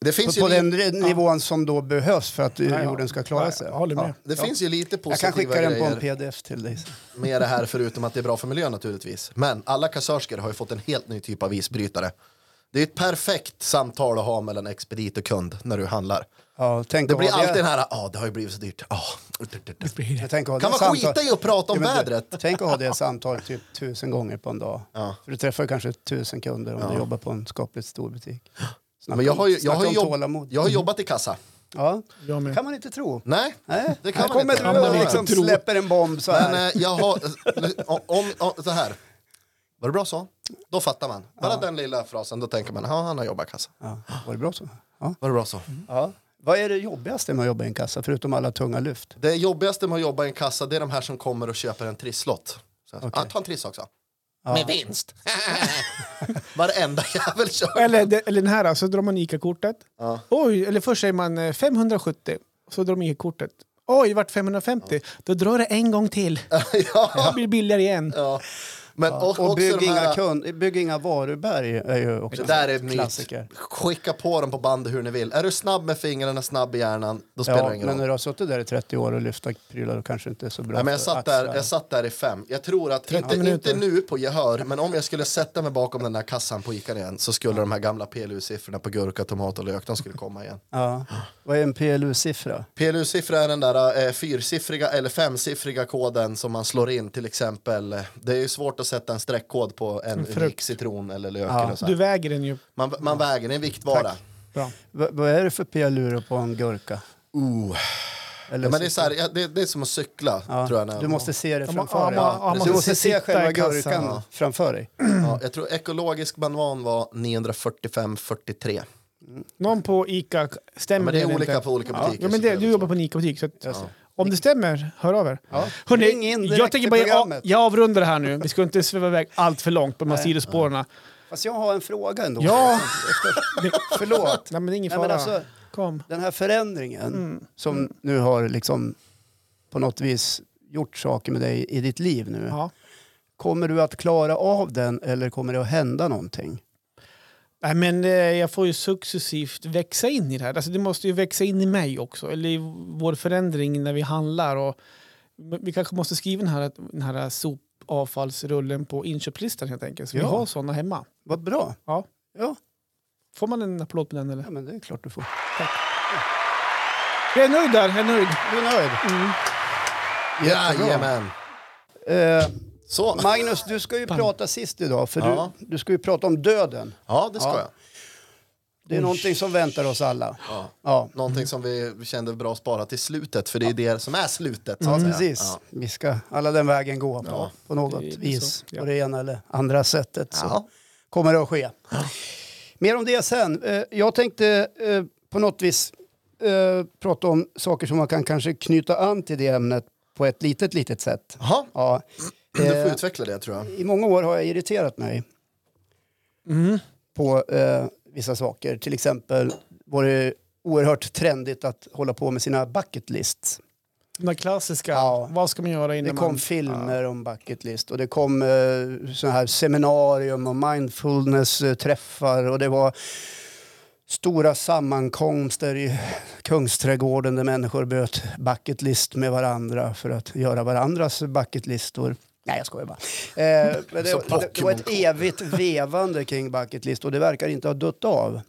Speaker 2: Det finns
Speaker 1: På, på
Speaker 2: ju
Speaker 1: den nivån som då behövs för att eh,
Speaker 3: ja.
Speaker 1: jorden ska
Speaker 3: Ja,
Speaker 1: klara sig.
Speaker 3: jag håller med.
Speaker 2: Det finns ju lite
Speaker 1: Jag kan
Speaker 2: positiva
Speaker 1: skicka den på en
Speaker 2: grejer
Speaker 1: pdf till dig. sen.
Speaker 2: med det här förutom att det är bra för miljön naturligtvis. Men alla kassörskor har ju fått en helt ny typ av isbrytare. Det är ett perfekt samtal att ha mellan expedit och kund när du handlar.
Speaker 1: Ja, tänk
Speaker 2: Det
Speaker 1: att
Speaker 2: blir
Speaker 1: ha
Speaker 2: alltid den här, ja det har ju blivit så dyrt. Ah.
Speaker 3: Det blir det.
Speaker 1: jag tänker att ha
Speaker 2: Kan
Speaker 1: det
Speaker 2: man
Speaker 1: samtal-
Speaker 2: skita i att prata om
Speaker 1: Ja, men du,
Speaker 2: vädret?
Speaker 1: Tänk att ha det samtalet typ tusen gånger på en dag. För du träffar ju kanske tusen kunder om du jobbar på en skapligt stor butik. Snacka
Speaker 2: Men jag har, ju,
Speaker 1: om-
Speaker 2: jag, har
Speaker 1: snacka
Speaker 2: ju
Speaker 1: om
Speaker 2: jobb,
Speaker 1: tålamod.
Speaker 2: jag har jobbat i kassa.
Speaker 1: Ja,
Speaker 3: Jag med.
Speaker 1: kan man inte tro.
Speaker 2: Nej,
Speaker 1: Nej,
Speaker 2: det
Speaker 1: här
Speaker 2: kan man
Speaker 1: kommer
Speaker 2: inte.
Speaker 1: du
Speaker 3: man
Speaker 1: och
Speaker 3: inte
Speaker 1: liksom
Speaker 3: tro.
Speaker 1: släpper en bomb så här.
Speaker 2: Men eh, jag har, om, om, om, så här. Var det bra så? Då fattar man. Bara den lilla frasen, då tänker man, ja han har jobbat i kassa.
Speaker 1: Ja, var det bra så? Ja.
Speaker 2: Var det bra så?
Speaker 1: eh, ja. Vad är det jobbigaste med att jobba i en kassa, förutom alla tunga lyft?
Speaker 2: Det jobbigaste med att jobba i en kassa det är de här som kommer och köper en trisslott. Så, ah, ta en triss också. Med vinst. Varenda jävel kör.
Speaker 3: Eller, de- eller den här, så drar man ICA-kortet. Oj, eller först säger man eh, 570, så drar man ICA-kortet. Oj, det vart 550. Då drar det en gång till.
Speaker 2: ja,
Speaker 3: Det blir billigare igen.
Speaker 2: ja. Men och,
Speaker 1: Och
Speaker 2: också
Speaker 1: bygg
Speaker 2: de
Speaker 1: inga,
Speaker 2: här,
Speaker 1: kund, bygg inga varuberg är ju också
Speaker 2: det där är
Speaker 1: en klassiker.
Speaker 2: en myt. Skicka på dem på bandet hur ni vill. Är du snabb med fingrarna, snabb i hjärnan, då spelar
Speaker 1: Ja,
Speaker 2: det ingen
Speaker 1: men
Speaker 2: roll.
Speaker 1: när du har suttit där i 30 år och lyft prylar och kanske inte är så bra
Speaker 2: Nej, men jag,
Speaker 1: för
Speaker 2: satt där,
Speaker 1: axlar.
Speaker 2: jag satt där i fem. Jag tror att, inte,
Speaker 3: minuter.
Speaker 2: inte nu på gehör, men om jag skulle sätta mig bakom den där kassan på Ican igen så skulle de här gamla PLU-siffrorna på gurka, tomat och lök, de skulle komma igen.
Speaker 1: Ja. Vad är en PLU-siffra?
Speaker 2: PLU-siffra är den där eh, fyrsiffriga eller femsiffriga koden som man slår in till exempel. eh, Det är ju svårt att sätta en streckkod på en
Speaker 3: frukt.
Speaker 2: unik citron eller lök. Eller så
Speaker 3: Du
Speaker 2: här.
Speaker 3: väger den ju.
Speaker 2: Man, man väger, det är en viktvara.
Speaker 3: Bra.
Speaker 1: V vad är det för PLU då på en gurka?
Speaker 2: Uh.
Speaker 1: Eller
Speaker 2: Ja, men det, är så här, ja, det, det är som att cykla
Speaker 1: Ja,
Speaker 2: tror jag. När,
Speaker 1: Du måste se det
Speaker 3: Ja, man-
Speaker 1: framför
Speaker 3: ja,
Speaker 1: dig.
Speaker 3: man- ja, man
Speaker 1: du
Speaker 3: måste
Speaker 1: måste se
Speaker 3: sitta
Speaker 1: själva
Speaker 3: i kassan,
Speaker 1: gurkan
Speaker 3: ja.
Speaker 1: framför dig.
Speaker 2: ja, jag tror ekologisk banvan var 945-43.
Speaker 3: Någon på ICA,
Speaker 2: Ja,
Speaker 3: stämmer
Speaker 2: men det är
Speaker 3: eller
Speaker 2: olika
Speaker 3: inte?
Speaker 2: på olika butiker.
Speaker 3: Ja, men det,
Speaker 2: såklart.
Speaker 3: du jobbar på en ICA-butik, så att,
Speaker 1: Just det.
Speaker 3: om det stämmer, hör av er. Hörrni,
Speaker 1: Ring in direkt
Speaker 3: jag, tänker
Speaker 1: i
Speaker 3: bara, jag,
Speaker 1: programmet.
Speaker 3: jag avrundar det här nu. Vi ska inte sväva iväg allt för långt på de här sidospåren.
Speaker 1: Fast jag har en fråga ändå.
Speaker 3: Ja,
Speaker 1: Förlåt.
Speaker 3: nej, men det är ingen
Speaker 1: Nej, men
Speaker 3: fara.
Speaker 1: alltså,
Speaker 3: Kom.
Speaker 1: den här förändringen
Speaker 3: Mm.
Speaker 1: som nu har liksom på något vis gjort saker med dig i ditt liv nu.
Speaker 3: Ja.
Speaker 1: Kommer du att klara av den eller kommer det att hända någonting?
Speaker 3: Nej, men eh, jag får ju successivt växa in i det här. Alltså, det måste ju växa in i mig också, eller i vår förändring när vi handlar. Och vi kanske måste skriva den här, den här sopavfallsrullen på inköpslistan helt enkelt, så vi
Speaker 1: Ja.
Speaker 3: har sådana hemma.
Speaker 1: Vad bra.
Speaker 3: Ja.
Speaker 1: Ja,
Speaker 3: Får man en applåd på den eller?
Speaker 1: ja men det är klart du får.
Speaker 3: Jag är nöjd där, jag är nöjd.
Speaker 1: Du är nöjd?
Speaker 3: Mm.
Speaker 1: Jättebra.
Speaker 2: Jajamän.
Speaker 1: Eh,
Speaker 2: Så,
Speaker 1: Magnus, du ska ju prata sist idag, för
Speaker 2: Ja.
Speaker 1: du, du ska ju prata om döden.
Speaker 2: ja det ska
Speaker 1: Ja.
Speaker 2: jag.
Speaker 1: Det är någonting som väntar oss alla.
Speaker 2: Ja.
Speaker 1: Ja,
Speaker 2: Någonting som vi kände bra att spara till slutet, för det är det som är slutet. så
Speaker 1: ja
Speaker 2: att säga.
Speaker 1: Mm, precis.
Speaker 2: Ja.
Speaker 1: Vi ska alla den vägen gå på,
Speaker 2: Ja.
Speaker 1: på något
Speaker 3: Det är så.
Speaker 1: vis.
Speaker 3: Ja.
Speaker 1: På det ena eller andra sättet så
Speaker 2: Ja.
Speaker 1: kommer det att ske. Mer om det sen. Eh, Jag tänkte eh, på något vis eh, prata om saker som man kan kanske knyta an till det ämnet på ett litet, litet sätt.
Speaker 2: Jaha,
Speaker 1: Ja.
Speaker 2: du får
Speaker 1: Eh,
Speaker 2: utveckla Mm. det tror jag.
Speaker 1: I många år har jag irriterat mig
Speaker 3: Mm.
Speaker 1: på eh, vissa saker. Till exempel var det oerhört trendigt att hålla på med sina bucket lists.
Speaker 3: De där klassiska,
Speaker 1: Ja.
Speaker 3: vad ska man göra
Speaker 1: Det
Speaker 3: innan
Speaker 1: kom
Speaker 3: man...
Speaker 1: filmer om bucket list och det kom eh, såna här seminarium och mindfulness-träffar och det var stora sammankomster i Kungsträdgården där människor böt bucket list med varandra för att göra varandras bucket listor. Nej, jag skojar bara. Eh, men det,
Speaker 2: Så
Speaker 1: det, det var ett evigt vevande kring bucket list och det verkar inte ha dött av.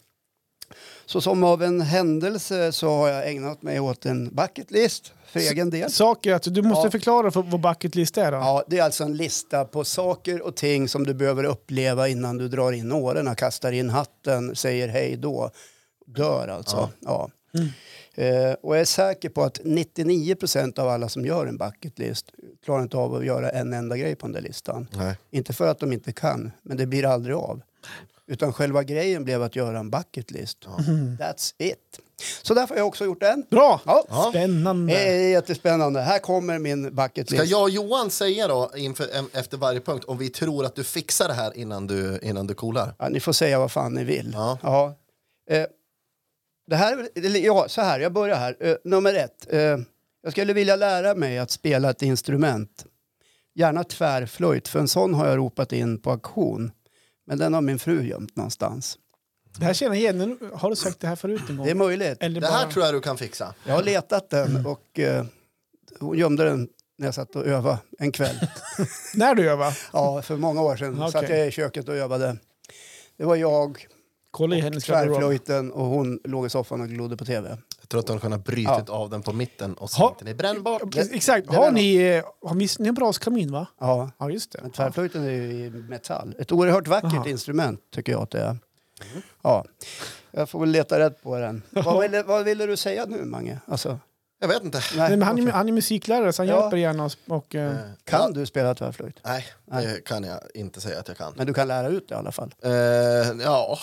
Speaker 1: Så som av en händelse så har jag ägnat mig åt en bucket list för egen del.
Speaker 3: Saker att du måste
Speaker 1: Ja.
Speaker 3: förklara för vad bucket list är. Då.
Speaker 1: Ja, det är alltså en lista på saker och ting som du behöver uppleva innan du drar in åren, kastar in hatten, säger hej då, dör alltså. Ja. Eh, och jag är säker på att 99 procent av alla som gör en bucket list klarar inte av att göra en enda grej på den där listan.
Speaker 2: Nej.
Speaker 1: Inte för att de inte kan, men det blir aldrig av. Utan själva grejen blev att göra en bucket list. That's it. Så därför har jag också gjort en.
Speaker 3: Bra!
Speaker 1: Ja. Eh.
Speaker 2: Ja.
Speaker 1: Det
Speaker 3: Spännande.
Speaker 1: är jättespännande. Här kommer min bucket
Speaker 2: Ska
Speaker 1: list.
Speaker 2: jag och Johan säga då inför, em- efter varje punkt om vi tror att du fixar det här innan du, innan du coolar?
Speaker 1: Ja, ni får säga vad fan ni vill.
Speaker 2: Ja.
Speaker 1: Ja. Eh, det här, är väl- eller ja, så här, jag börjar här. Eh, nummer ett. Eh, jag skulle vilja lära mig att spela ett instrument. Gärna tvärflöjt, för en sån har jag ropat in på auktion. Men den har min fru gömt någonstans.
Speaker 3: Det här känner jag igen. Nu Har du sagt det här förut en gång?
Speaker 1: Det är möjligt.
Speaker 3: Eller
Speaker 2: Det
Speaker 3: bara...
Speaker 2: här tror jag du kan fixa.
Speaker 1: Jag har letat den och eh, hon gömde den när jag satt och övade en kväll.
Speaker 3: När du gör va?
Speaker 1: Ja, för många år sedan
Speaker 3: Okej.
Speaker 1: satt jag i köket och övade. Det var jag,
Speaker 3: Kolla i hennes garderob.
Speaker 1: tvärflöjten och hon låg i soffan och glodde på tv.
Speaker 2: Jag tror att du har kunnat brytit av den på mitten och
Speaker 3: Ha.
Speaker 2: slängt den i brännbart.
Speaker 3: Ja, precis, Exakt.
Speaker 1: det är
Speaker 3: Har
Speaker 1: väl
Speaker 3: ni, eh, har ni, ni har braskamin va?
Speaker 1: Ja,
Speaker 3: Ja just det.
Speaker 1: Men tvärflöjten är ju i metall. Ett oerhört vackert
Speaker 3: Aha.
Speaker 1: instrument tycker jag att det är.
Speaker 3: Mm.
Speaker 1: Ja, jag får väl leta rätt på den. Vad ville, vad ville du säga nu Mange? Alltså,
Speaker 2: Jag vet inte.
Speaker 3: Nej, men han, är,
Speaker 1: okej.
Speaker 3: han är musiklärare så han
Speaker 1: Ja.
Speaker 3: hjälper gärna oss. Och, eh,
Speaker 2: Mm.
Speaker 1: Kan du spela tvärflöjt?
Speaker 2: Nej, det kan jag inte säga att jag kan.
Speaker 1: Men du kan lära ut det i alla fall.
Speaker 2: Eh, ja.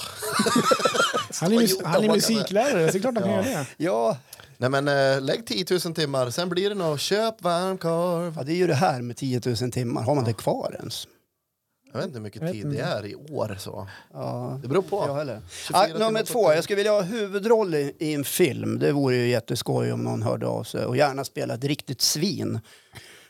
Speaker 3: han, är, mus-
Speaker 2: Johan,
Speaker 3: han är
Speaker 2: vad-
Speaker 3: musiklärare så det är klart han kan
Speaker 2: Ja.
Speaker 3: göra det.
Speaker 1: Ja,
Speaker 2: Nej men eh, lägg 10 000 timmar, sen blir det nog köp varmkorv.
Speaker 1: ja det är ju det här med 10 000 timmar. Har man det kvar ens?
Speaker 2: Jag vet inte hur mycket
Speaker 3: Jag vet
Speaker 2: tid
Speaker 3: inte.
Speaker 2: det är i år så.
Speaker 1: Ja,
Speaker 2: Det beror på.
Speaker 1: jag heller.
Speaker 2: 24
Speaker 1: Ah,
Speaker 2: timmar
Speaker 1: nummer
Speaker 2: på
Speaker 1: två,
Speaker 2: tv.
Speaker 1: jag skulle vilja ha huvudroll i, i en film. Det vore ju jätteskoj om någon hörde av sig. Och gärna spela ett riktigt svin.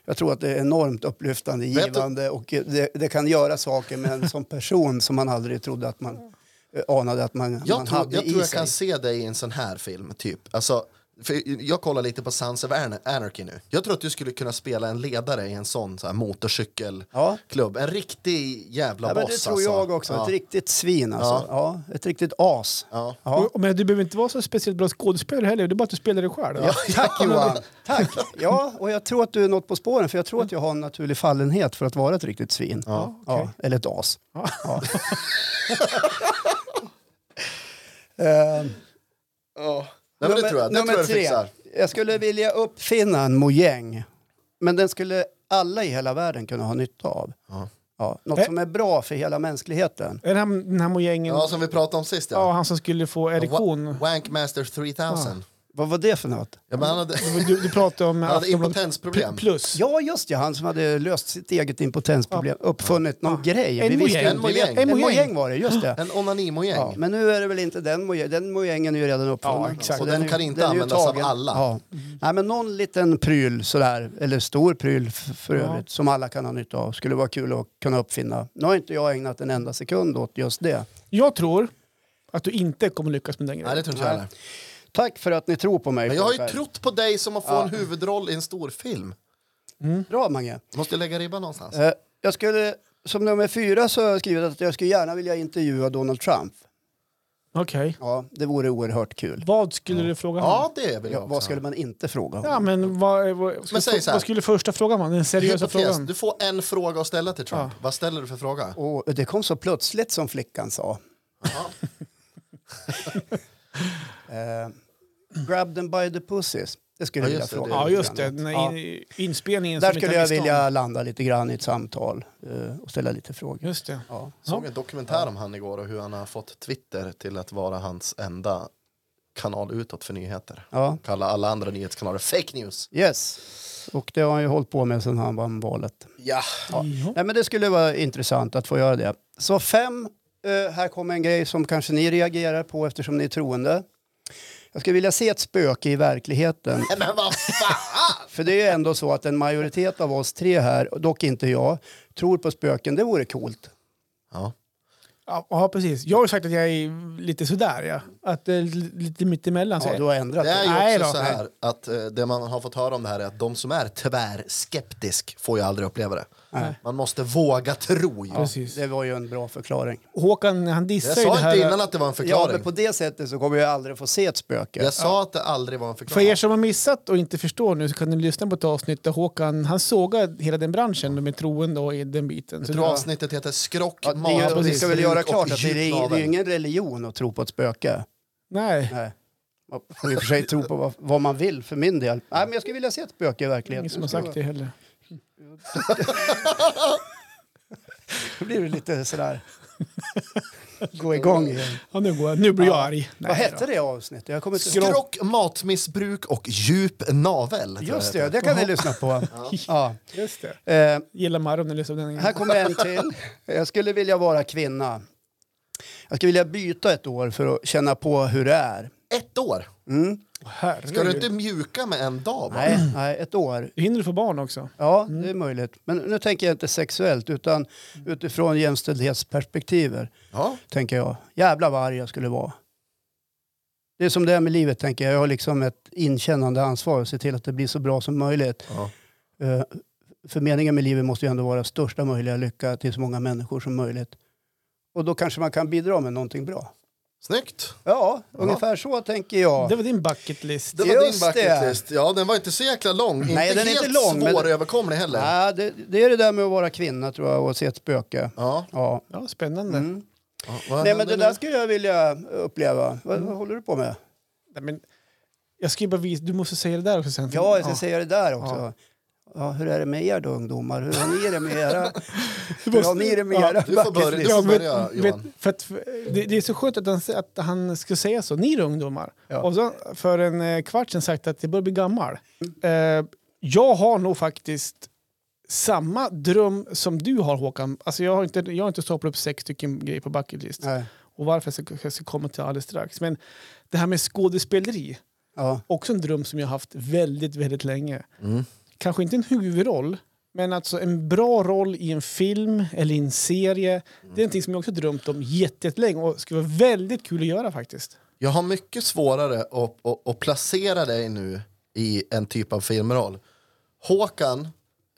Speaker 1: Jag tror att det är enormt upplyftande,
Speaker 2: du-
Speaker 1: givande och eh, det, det kan göra saker med en som person som man aldrig trodde att man eh, anade att man, man
Speaker 2: Jag tror
Speaker 1: hade
Speaker 2: jag,
Speaker 1: i
Speaker 2: tror jag
Speaker 1: sig.
Speaker 2: kan se dig i en sån här film, typ. Alltså, för jag kollar lite på Sons of Anar- Anarchy nu. Jag tror att du skulle kunna spela en ledare i en sån så här, motorcykelklubb.
Speaker 1: Ja.
Speaker 2: En riktig jävla
Speaker 1: Ja, men
Speaker 2: boss.
Speaker 1: det tror
Speaker 2: alltså.
Speaker 1: jag också.
Speaker 2: Ja.
Speaker 1: Ett riktigt svin alltså. Ja. ett riktigt as.
Speaker 2: Ja.
Speaker 1: Ja.
Speaker 3: Och, men du behöver inte vara så speciellt bra skådespelare heller, det är bara att du spelar dig själv.
Speaker 1: Ja, tack Johan! Tack! Ja, och jag tror att du är något på spåren för jag tror att jag har en naturlig fallenhet för att vara ett riktigt svin.
Speaker 3: Ja,
Speaker 1: Ja,
Speaker 3: okej.
Speaker 1: eller ett as.
Speaker 3: Ja.
Speaker 1: Ja. Eh,
Speaker 2: Nej, men det tror jag. Det
Speaker 1: nummer
Speaker 2: tror jag du fixar.
Speaker 1: Jag skulle vilja uppfinna en mojäng. Men den skulle alla i hela världen kunna ha nytta av.
Speaker 2: Ja.
Speaker 1: Ja, något
Speaker 3: Eh.
Speaker 1: som är bra för hela mänskligheten.
Speaker 3: Är det han, den här mojängen?
Speaker 2: Ja,
Speaker 3: Ja,
Speaker 2: som vi pratade om sist. Ja.
Speaker 3: han som skulle få erektion.
Speaker 2: Wa- Wankmaster 3000.
Speaker 1: Vad var det för något?
Speaker 2: Ja, men han hade,
Speaker 3: Du, du pratade om
Speaker 2: han hade
Speaker 3: Aftonbladet
Speaker 2: impotensproblem.
Speaker 3: plus.
Speaker 1: Ja, just det. Han som hade löst sitt eget impotensproblem. Uppfunnit någon grej.
Speaker 3: En
Speaker 1: Vi visste-
Speaker 3: mojäng.
Speaker 2: En mojäng.
Speaker 1: En
Speaker 3: En mojäng.
Speaker 1: mojäng var det, just det.
Speaker 2: En onanimojäng.
Speaker 1: Ja, men nu är det väl inte den mojängen. Den mojängen är ju redan uppfunnen.
Speaker 3: Ja, exakt.
Speaker 1: Så
Speaker 2: Och
Speaker 1: är
Speaker 2: den
Speaker 1: ju-
Speaker 2: kan inte
Speaker 1: är ju
Speaker 2: användas av
Speaker 1: tagen.
Speaker 2: alla. Mm.
Speaker 1: Ja. Nej, men någon liten pryl sådär, eller stor pryl f- för
Speaker 3: Ja.
Speaker 1: övrigt, som alla kan ha nytta av. Skulle vara kul att kunna uppfinna. Nu har inte jag ägnat en enda sekund åt just det.
Speaker 3: Jag tror att du inte kommer lyckas med den
Speaker 2: Nej,
Speaker 3: grejen.
Speaker 2: det tror inte jag heller.
Speaker 1: Tack för att ni tror på mig.
Speaker 2: Men jag har ju
Speaker 1: pojkar.
Speaker 2: trott på dig som att få en huvudroll i en stor film.
Speaker 1: Bra, Mange.
Speaker 2: Måste jag lägga ribban någonstans?
Speaker 1: Eh, jag skulle, som nummer fyra så har jag skrivit att jag skulle gärna vilja intervjua Donald Trump.
Speaker 3: Okej.
Speaker 1: Ja, det vore oerhört kul.
Speaker 3: Vad skulle du fråga honom?
Speaker 2: Ja, det vill
Speaker 1: Ja,
Speaker 2: jag också.
Speaker 1: vad skulle man inte fråga
Speaker 3: Ja,
Speaker 1: honom?
Speaker 3: men vad, eh, vad, skulle,
Speaker 2: Men säg så här.
Speaker 3: vad skulle första frågan vara? Den seriösa
Speaker 2: Hypotes,
Speaker 3: frågan?
Speaker 2: Du får en fråga att ställa till Trump. Vad ställer du för fråga?
Speaker 1: Och det kom så plötsligt som flickan sa. Eh, grab them by the pussies. Det skulle jag
Speaker 2: Ja,
Speaker 1: vilja
Speaker 2: just det,
Speaker 1: fråga.
Speaker 2: det-
Speaker 3: Ja,
Speaker 1: lite
Speaker 3: just det.
Speaker 1: grann om.
Speaker 3: Den här
Speaker 1: Ja.
Speaker 3: in, inspelningen
Speaker 1: Där
Speaker 3: som
Speaker 1: skulle
Speaker 3: inte
Speaker 1: jag
Speaker 3: har till
Speaker 1: vilja landa lite grann i ett samtal eh, och ställa lite
Speaker 3: stånd.
Speaker 1: frågor.
Speaker 3: Just det.
Speaker 1: Ja.
Speaker 2: Jag såg en dokumentär om han igår och hur han har fått Twitter till att vara hans enda kanal utåt för nyheter.
Speaker 1: ja,
Speaker 2: Kalla alla andra nyhetskanaler fake news.
Speaker 1: yes. Och det har han ju hållit på med sedan han vann valet.
Speaker 2: Ja.
Speaker 1: Ja.
Speaker 3: Ja.
Speaker 1: Nej, men det skulle vara intressant att få göra det. Så fem, eh, här kommer en grej som kanske ni reagerar på eftersom ni är troende. Jag skulle vilja se ett spöke i verkligheten.
Speaker 2: Men vad fan!
Speaker 1: För det är ju ändå så att en majoritet av oss tre här, dock inte jag, tror på spöken. Det vore coolt.
Speaker 2: Ja.
Speaker 3: Ja, ja, precis. Jag har ju sagt att jag är lite sådär, ja. Att det är li- lite mittemellan. så
Speaker 1: Ja,
Speaker 3: jag-
Speaker 1: du har ändrat
Speaker 2: Det är
Speaker 1: det.
Speaker 2: ju
Speaker 3: Nej
Speaker 2: också
Speaker 3: då,
Speaker 2: så här att eh, det man har fått höra om det här är att de som är tvärskeptisk får ju aldrig uppleva det.
Speaker 1: Nej.
Speaker 2: Man måste våga tro ju.
Speaker 3: Precis.
Speaker 1: Det var ju en bra förklaring.
Speaker 3: Håkan, han
Speaker 2: Jag
Speaker 3: dissar ju det
Speaker 2: sa inte
Speaker 3: här.
Speaker 2: innan att det var en
Speaker 1: Ja,
Speaker 2: förklaring.
Speaker 1: men på det sättet så kommer jag aldrig få se ett spöke.
Speaker 2: Jag sa att det aldrig var en
Speaker 3: För
Speaker 2: förklaring.
Speaker 3: er som har missat och inte förstår nu så kan ni lyssna på ett avsnitt där Håkan han sågar hela den branschen med troende och i den biten. Så
Speaker 2: Jag
Speaker 3: det
Speaker 2: tror
Speaker 3: var-
Speaker 2: avsnittet heter Skrock,
Speaker 1: Ja, det, är,
Speaker 2: magmissbruk
Speaker 1: vi ska väl göra
Speaker 2: och
Speaker 1: klart att det är, det är ju
Speaker 2: djupnavel.
Speaker 1: ingen religion att tro på ett spöke.
Speaker 3: Nej,
Speaker 1: Nej. Man får i och för sig tro på vad, vad man vill för min del. Nej, men jag skulle vilja se ett spöke i verkligheten.
Speaker 3: ingen som har sagt det heller.
Speaker 1: Då blir det lite sådär... Gå igång igen.
Speaker 3: Ja, nu, går jag. nu blir jag
Speaker 1: Ja.
Speaker 3: arg. Nej,
Speaker 1: Vad hette det avsnittet? Jag kommer inte ihåg.
Speaker 2: Skrock, matmissbruk och djup navel. tror jag
Speaker 1: Just det,
Speaker 2: heter.
Speaker 1: det kan vi lyssna på. Ja.
Speaker 3: då. Just det.
Speaker 1: Eh,
Speaker 3: Gillar Marro när du lyssnar på den.
Speaker 1: här kommer en till. Jag skulle vilja vara kvinna. Jag skulle vilja byta ett år för att känna på hur det är.
Speaker 2: Ett år.
Speaker 1: Mm.
Speaker 3: Herregud.
Speaker 2: Ska du inte mjuka med en dag? Va?
Speaker 1: Nej, nej, ett år.
Speaker 3: Hinner du få barn också?
Speaker 1: Ja, det är möjligt. Men nu tänker jag inte sexuellt utan utifrån jämställdhetsperspektiver.
Speaker 2: Ja.
Speaker 1: tänker jag. Jävla vad arg jag skulle vara. Det är som det är med livet, tänker jag. Jag har liksom ett inkännande ansvar att se till att det blir så bra som möjligt.
Speaker 2: Ja.
Speaker 1: Eh, För meningen med livet måste ju ändå vara största möjliga lycka till så många människor som möjligt. Och då kanske man kan bidra med någonting bra.
Speaker 2: Snyggt.
Speaker 1: Ja, ungefär så tänker jag.
Speaker 3: Det var din bucket list.
Speaker 2: Det var
Speaker 1: Just
Speaker 2: din bucket
Speaker 1: det.
Speaker 2: list. Ja, den var inte så jäkla lång.
Speaker 1: Nej,
Speaker 2: inte
Speaker 1: den är
Speaker 2: helt
Speaker 1: inte lång, men-
Speaker 2: svåröverkomlig heller.
Speaker 1: Nej, det, det är det där med att vara kvinna tror jag och se ett spöke.
Speaker 2: Ja.
Speaker 1: Ja.
Speaker 3: Ja, spännande.
Speaker 1: Mm.
Speaker 2: Ja, vad
Speaker 1: Nej,
Speaker 2: händer
Speaker 1: men det
Speaker 2: nu?
Speaker 1: där skulle jag vilja uppleva. Vad, vad håller du på med?
Speaker 3: Nej, men jag ska ju bara visa, du måste säga det där också sen.
Speaker 1: Ja, jag ska säga det där också. Ja. hur är det med er då ungdomar? Hur har ni det med era? hur har ni det med
Speaker 3: Ja,
Speaker 1: era
Speaker 2: du får börja.
Speaker 1: bucket
Speaker 2: Du
Speaker 1: list?
Speaker 2: får
Speaker 3: Ja, men,
Speaker 2: börja, Johan.
Speaker 3: vet, för att, för, det, det är så skönt att han, sä- att han ska säga så. Ni är ungdomar.
Speaker 1: Ja.
Speaker 3: Och så för en eh, kvart sedan sagt att jag börjar bli gammal. Eh, jag har nog faktiskt samma dröm som du har Håkan. Alltså jag har inte, jag har inte staplat upp sex stycken grejer på bucket list.
Speaker 1: Nej.
Speaker 3: Och varför jag ska, jag ska komma till alldeles strax. Men det här med skådespeleri.
Speaker 1: Ja.
Speaker 3: också en dröm som jag haft väldigt, väldigt länge.
Speaker 2: Mm.
Speaker 3: Kanske inte en huvudroll, men alltså en bra roll i en film eller i en serie. Det är någonting som jag också drömt om jätte- jättelänge och skulle vara väldigt kul att göra faktiskt.
Speaker 2: Jag har mycket svårare att, att, att placera dig nu i en typ av filmroll. Håkan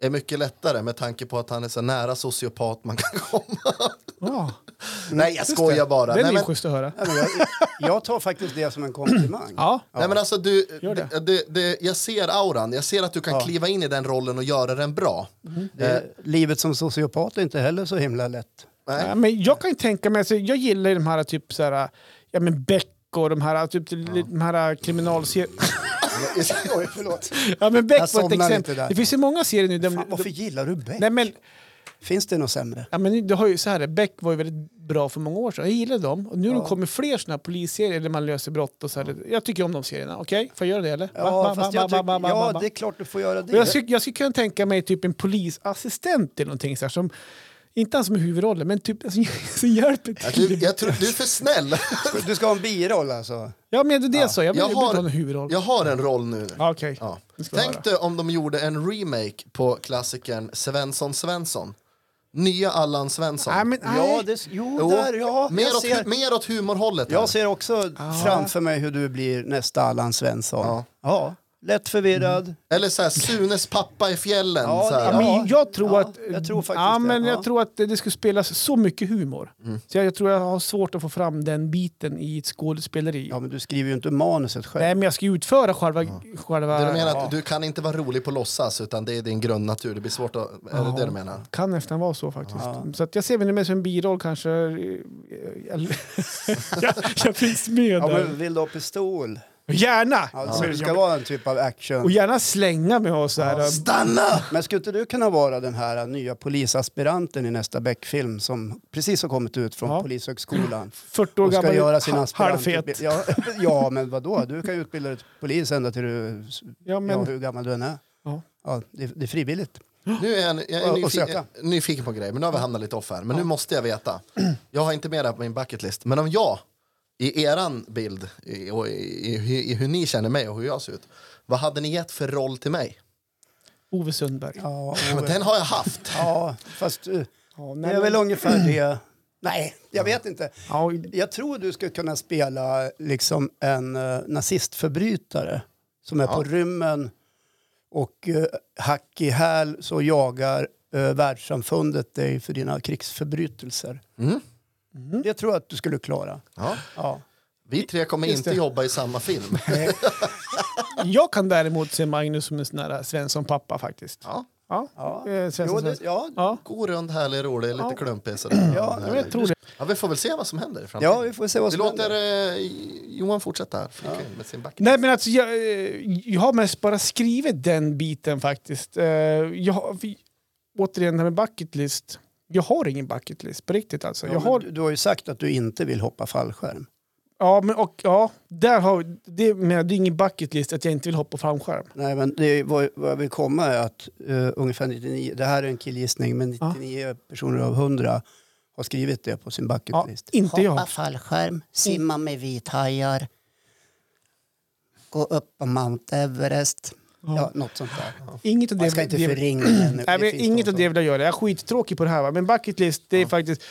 Speaker 2: är mycket lättare med tanke på att han är så nära sociopat man kan komma.
Speaker 3: Ja,
Speaker 2: Nej, jag skojar bara.
Speaker 3: Den
Speaker 2: Nej,
Speaker 3: är
Speaker 2: men,
Speaker 3: ju schysst att höra.
Speaker 1: Nej, men jag, jag tar faktiskt det som en komplimang.
Speaker 3: Ja,
Speaker 2: nej, men alltså, du,
Speaker 3: Gör det.
Speaker 2: det. Det, jag ser auran. Jag ser att du kan kliva in i den rollen och göra den bra.
Speaker 3: Mm-hmm.
Speaker 1: Det, är- livet som sociopat är inte heller så himla lätt.
Speaker 2: Nej.
Speaker 3: Ja, men jag kan ju tänka mig, alltså, jag gillar ju de här typ så här, ja men Beck och de här, typ, de här kriminalserierna.
Speaker 1: Oj, förlåt.
Speaker 3: Ja men Beck
Speaker 1: Jag
Speaker 3: var ett
Speaker 1: somnar
Speaker 3: exempel.
Speaker 1: inte där.
Speaker 3: Det finns ju många serier nu där...
Speaker 1: Fan, varför gillar du Beck?
Speaker 3: nej, men,
Speaker 1: Finns det något sämre?
Speaker 3: Ja, men det har ju så här, Beck var ju väldigt bra för många år sedan. Jag gillade dem. Och nu har
Speaker 1: Ja.
Speaker 3: det kommit fler såna här polisserier där man löser brott. Och så här. Jag tycker om de serierna. Okej, får jag göra det eller? Va, va, va,
Speaker 1: fast
Speaker 3: va,
Speaker 1: jag
Speaker 3: va, va,
Speaker 1: tycker-
Speaker 3: va,
Speaker 1: ja,
Speaker 3: va.
Speaker 1: det är klart du får göra
Speaker 3: Och Jag,
Speaker 1: det.
Speaker 3: skulle, jag skulle kunna tänka mig typ en polisassistent eller någonting så här, som inte han som är huvudrollen, men typ alltså, som hjälper
Speaker 2: Du,
Speaker 3: till.
Speaker 2: jag tror, du är för snäll.
Speaker 1: Du ska ha en biroll alltså?
Speaker 3: Ja, men det är det jag sa. Jag vill
Speaker 2: Jag
Speaker 3: jag vill
Speaker 2: har-
Speaker 3: inte ha en huvudroll.
Speaker 2: Jag har en roll nu.
Speaker 3: Ja, Okej.
Speaker 2: Ja.
Speaker 3: Det ska
Speaker 2: Tänk
Speaker 3: vara.
Speaker 2: dig om de gjorde en remake på klassikern Svensson Svensson. Nya Allan Svensson.
Speaker 3: Nej, men, nej.
Speaker 1: Ja, det, jo,
Speaker 2: Jo,
Speaker 1: där ja.
Speaker 2: mer,
Speaker 1: jag
Speaker 2: åt,
Speaker 1: ser,
Speaker 2: mer åt humorhållet. här.
Speaker 1: jag ser också framför mig hur du blir nästa Allan Svensson. Ja.
Speaker 2: Ja.
Speaker 1: Lätt förvirrad.
Speaker 2: Eller så här, Sunes pappa i fjällen.
Speaker 1: Ja,
Speaker 2: så här.
Speaker 1: det-
Speaker 3: Ja,
Speaker 1: Ja,
Speaker 3: men jag tror
Speaker 1: ja,
Speaker 3: att,
Speaker 1: jag tror faktiskt
Speaker 3: ja,
Speaker 1: det.
Speaker 3: men
Speaker 1: Ja. Mm.
Speaker 3: jag tror att det, det skulle spelas så mycket humor. Så jag, jag tror jag har svårt att få fram den biten i ett skådespeleri.
Speaker 1: Ja, men du skriver ju inte manuset själv.
Speaker 3: Nej, men jag ska ju utföra själva... själva
Speaker 2: Det du menar
Speaker 3: ja.
Speaker 2: att du kan inte vara rolig på låtsas utan det är din grundnatur. Det blir svårt att... Är det det du menar?
Speaker 3: Kan nästan vara så faktiskt.
Speaker 1: Ja.
Speaker 3: Så att jag ser mig mer som en biroll kanske. Jag, jag, jag finns med
Speaker 1: Ja,
Speaker 3: där.
Speaker 1: men vill du ha pistol?
Speaker 3: Gärna!
Speaker 1: Ja, Så det ska vara en typ av action.
Speaker 3: Och gärna slänga mig och så här. eh,
Speaker 2: Stanna!
Speaker 1: Men skulle inte du kunna vara den här nya polisaspiranten i nästa Beck-film som precis har kommit ut från
Speaker 3: Ja.
Speaker 1: Polishögskolan?
Speaker 3: 40 år
Speaker 1: Och ska
Speaker 3: gammal,
Speaker 1: göra sin
Speaker 3: ha-
Speaker 1: aspirant...
Speaker 3: halvfet.
Speaker 1: Ja, ja, men vadå? Du kan ju utbilda dig till polis ända till du...
Speaker 3: Ja,
Speaker 1: Ja,
Speaker 3: men,
Speaker 1: hur gammal du än är.
Speaker 3: Ja.
Speaker 1: Ja, det, det är frivilligt.
Speaker 2: Nu är jag, jag
Speaker 1: Och-
Speaker 2: är
Speaker 1: och
Speaker 2: nyfiken,
Speaker 1: söka.
Speaker 2: nyfiken på grejer, men nu har vi hamnat lite off här. Men nu måste jag veta. Jag har inte med det här på min bucketlist. Men om jag, i eran bild, i, och i, i, i hur ni känner mig och hur jag ser ut. Vad hade ni gett för roll till mig?
Speaker 3: Ove Sundberg.
Speaker 1: Ja, och,
Speaker 2: Men den har jag haft.
Speaker 1: ja fast eh,
Speaker 3: Ja,
Speaker 1: det
Speaker 3: nej,
Speaker 1: är väl
Speaker 3: men-
Speaker 1: ungefär det. Nej, jag vet inte.
Speaker 3: ja,
Speaker 1: Jag tror du skulle kunna spela liksom en eh, nazistförbrytare som är på rymmen och eh, hack i häl så jagar eh, världssamfundet dig för dina krigsförbrytelser.
Speaker 2: Mm.
Speaker 1: Det tror jag att du skulle klara.
Speaker 2: Ja.
Speaker 1: Ja.
Speaker 2: Vi tre kommer
Speaker 3: Just
Speaker 2: inte
Speaker 3: det.
Speaker 2: jobba i samma film.
Speaker 3: Jag kan däremot se Magnus som en sån här Svensson-pappa faktiskt.
Speaker 2: Ja.
Speaker 3: Ja,
Speaker 1: Ja.
Speaker 3: eh, Svensson,
Speaker 1: Jo, det,
Speaker 3: Svensson.
Speaker 1: ja,
Speaker 3: ja.
Speaker 2: God, rund, härlig, rolig, lite
Speaker 3: Ja.
Speaker 2: klumpig sådär.
Speaker 1: Ja,
Speaker 3: ja, jag tror det.
Speaker 2: Ja, vi får väl se vad som händer i framtiden.
Speaker 1: ja, vi får se vad
Speaker 2: vi
Speaker 1: som händer.
Speaker 2: låter eh, Johan fortsätta här, flika in med sin back.
Speaker 3: Nej, men alltså, jag, eh, jag har mest bara skrivit den biten faktiskt. Eh, Jag, har- vi, återigen, det här med bucket list. Jag har ingen bucket list på riktigt alltså.
Speaker 1: Ja,
Speaker 3: jag
Speaker 1: men
Speaker 3: har,
Speaker 1: du, du har ju sagt att du inte vill hoppa fallskärm.
Speaker 3: ja, men, och, ja, där har, det, men, det är ingen bucket list att jag inte vill hoppa framskärm.
Speaker 1: Nej, men det, vad, vad jag vill komma är att eh, ungefär 99, det här är en killgissning, men
Speaker 3: Ja.
Speaker 1: 99 personer av 100 har skrivit det på sin
Speaker 3: Ja,
Speaker 1: bucketlist.
Speaker 3: inte jag.
Speaker 1: fallskärm, simma med vithajar, gå upp på Mount Everest. Ja. något sånt där.
Speaker 3: Inget av det,
Speaker 1: Man ska inte
Speaker 3: det,
Speaker 1: förringa den.
Speaker 3: nej, men
Speaker 1: finns
Speaker 3: inget
Speaker 1: de
Speaker 3: av det vill jag göra. Jag är skittråkig på det här. Va? Men bucket list, det är faktiskt...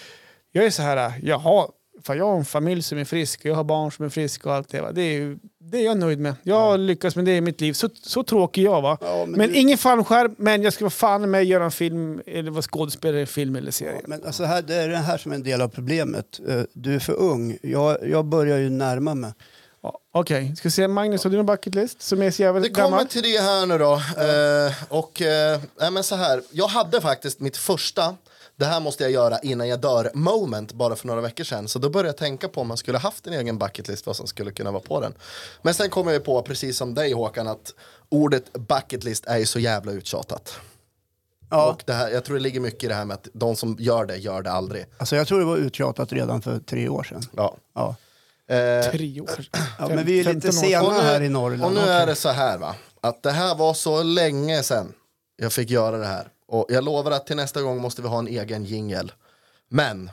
Speaker 3: Jag är så här, jag har, fan, jag har en familj som är frisk, jag har barn som är friska och allt det. Va? Det, är, ju- det är jag nöjd med. Jag har lyckats med det i mitt liv. Så, så tråkig jag var.
Speaker 1: som- Ja,
Speaker 3: Men,
Speaker 1: men du,
Speaker 3: ingen fallskärm, men jag ska vara fan med och göra en film eller vara skådespelare i en film eller serie.
Speaker 1: ja, men alltså här, det är det här som är en del av problemet. Eh, Du är för ung. Jag, jag börjar ju närma mig.
Speaker 3: Ja, Okej, ska vi se. Magnus, har du någon bucket list som är så jävla
Speaker 2: Det kommer
Speaker 3: gammal?
Speaker 2: till det här nu då. Eh, och, eh, nej, men så här. Jag hade faktiskt mitt första, det här måste jag göra innan jag dör, moment bara för några veckor sedan. Så då började jag tänka på om man skulle haft en egen bucketlist, vad som skulle kunna vara på den. Men sen kom jag ju på, precis som dig Håkan, att ordet bucketlist är ju så jävla uttjatat.
Speaker 1: Ja,
Speaker 2: Och det här, jag tror det ligger mycket i det här med att de som gör det, gör det aldrig.
Speaker 1: alltså jag tror det var uttjatat redan för tre år sedan.
Speaker 2: Ja.
Speaker 1: Ja.
Speaker 2: Eh,
Speaker 3: Tre år
Speaker 1: Ja, men vi är ju lite
Speaker 3: 15 år.
Speaker 1: sena
Speaker 2: Och nu-
Speaker 1: här i
Speaker 2: Och
Speaker 1: Norrland.
Speaker 2: nu
Speaker 1: Okej.
Speaker 2: är det så här va, att det här var så länge sedan jag fick göra det här. Och jag lovar att till nästa gång måste vi ha en egen jingel. Men,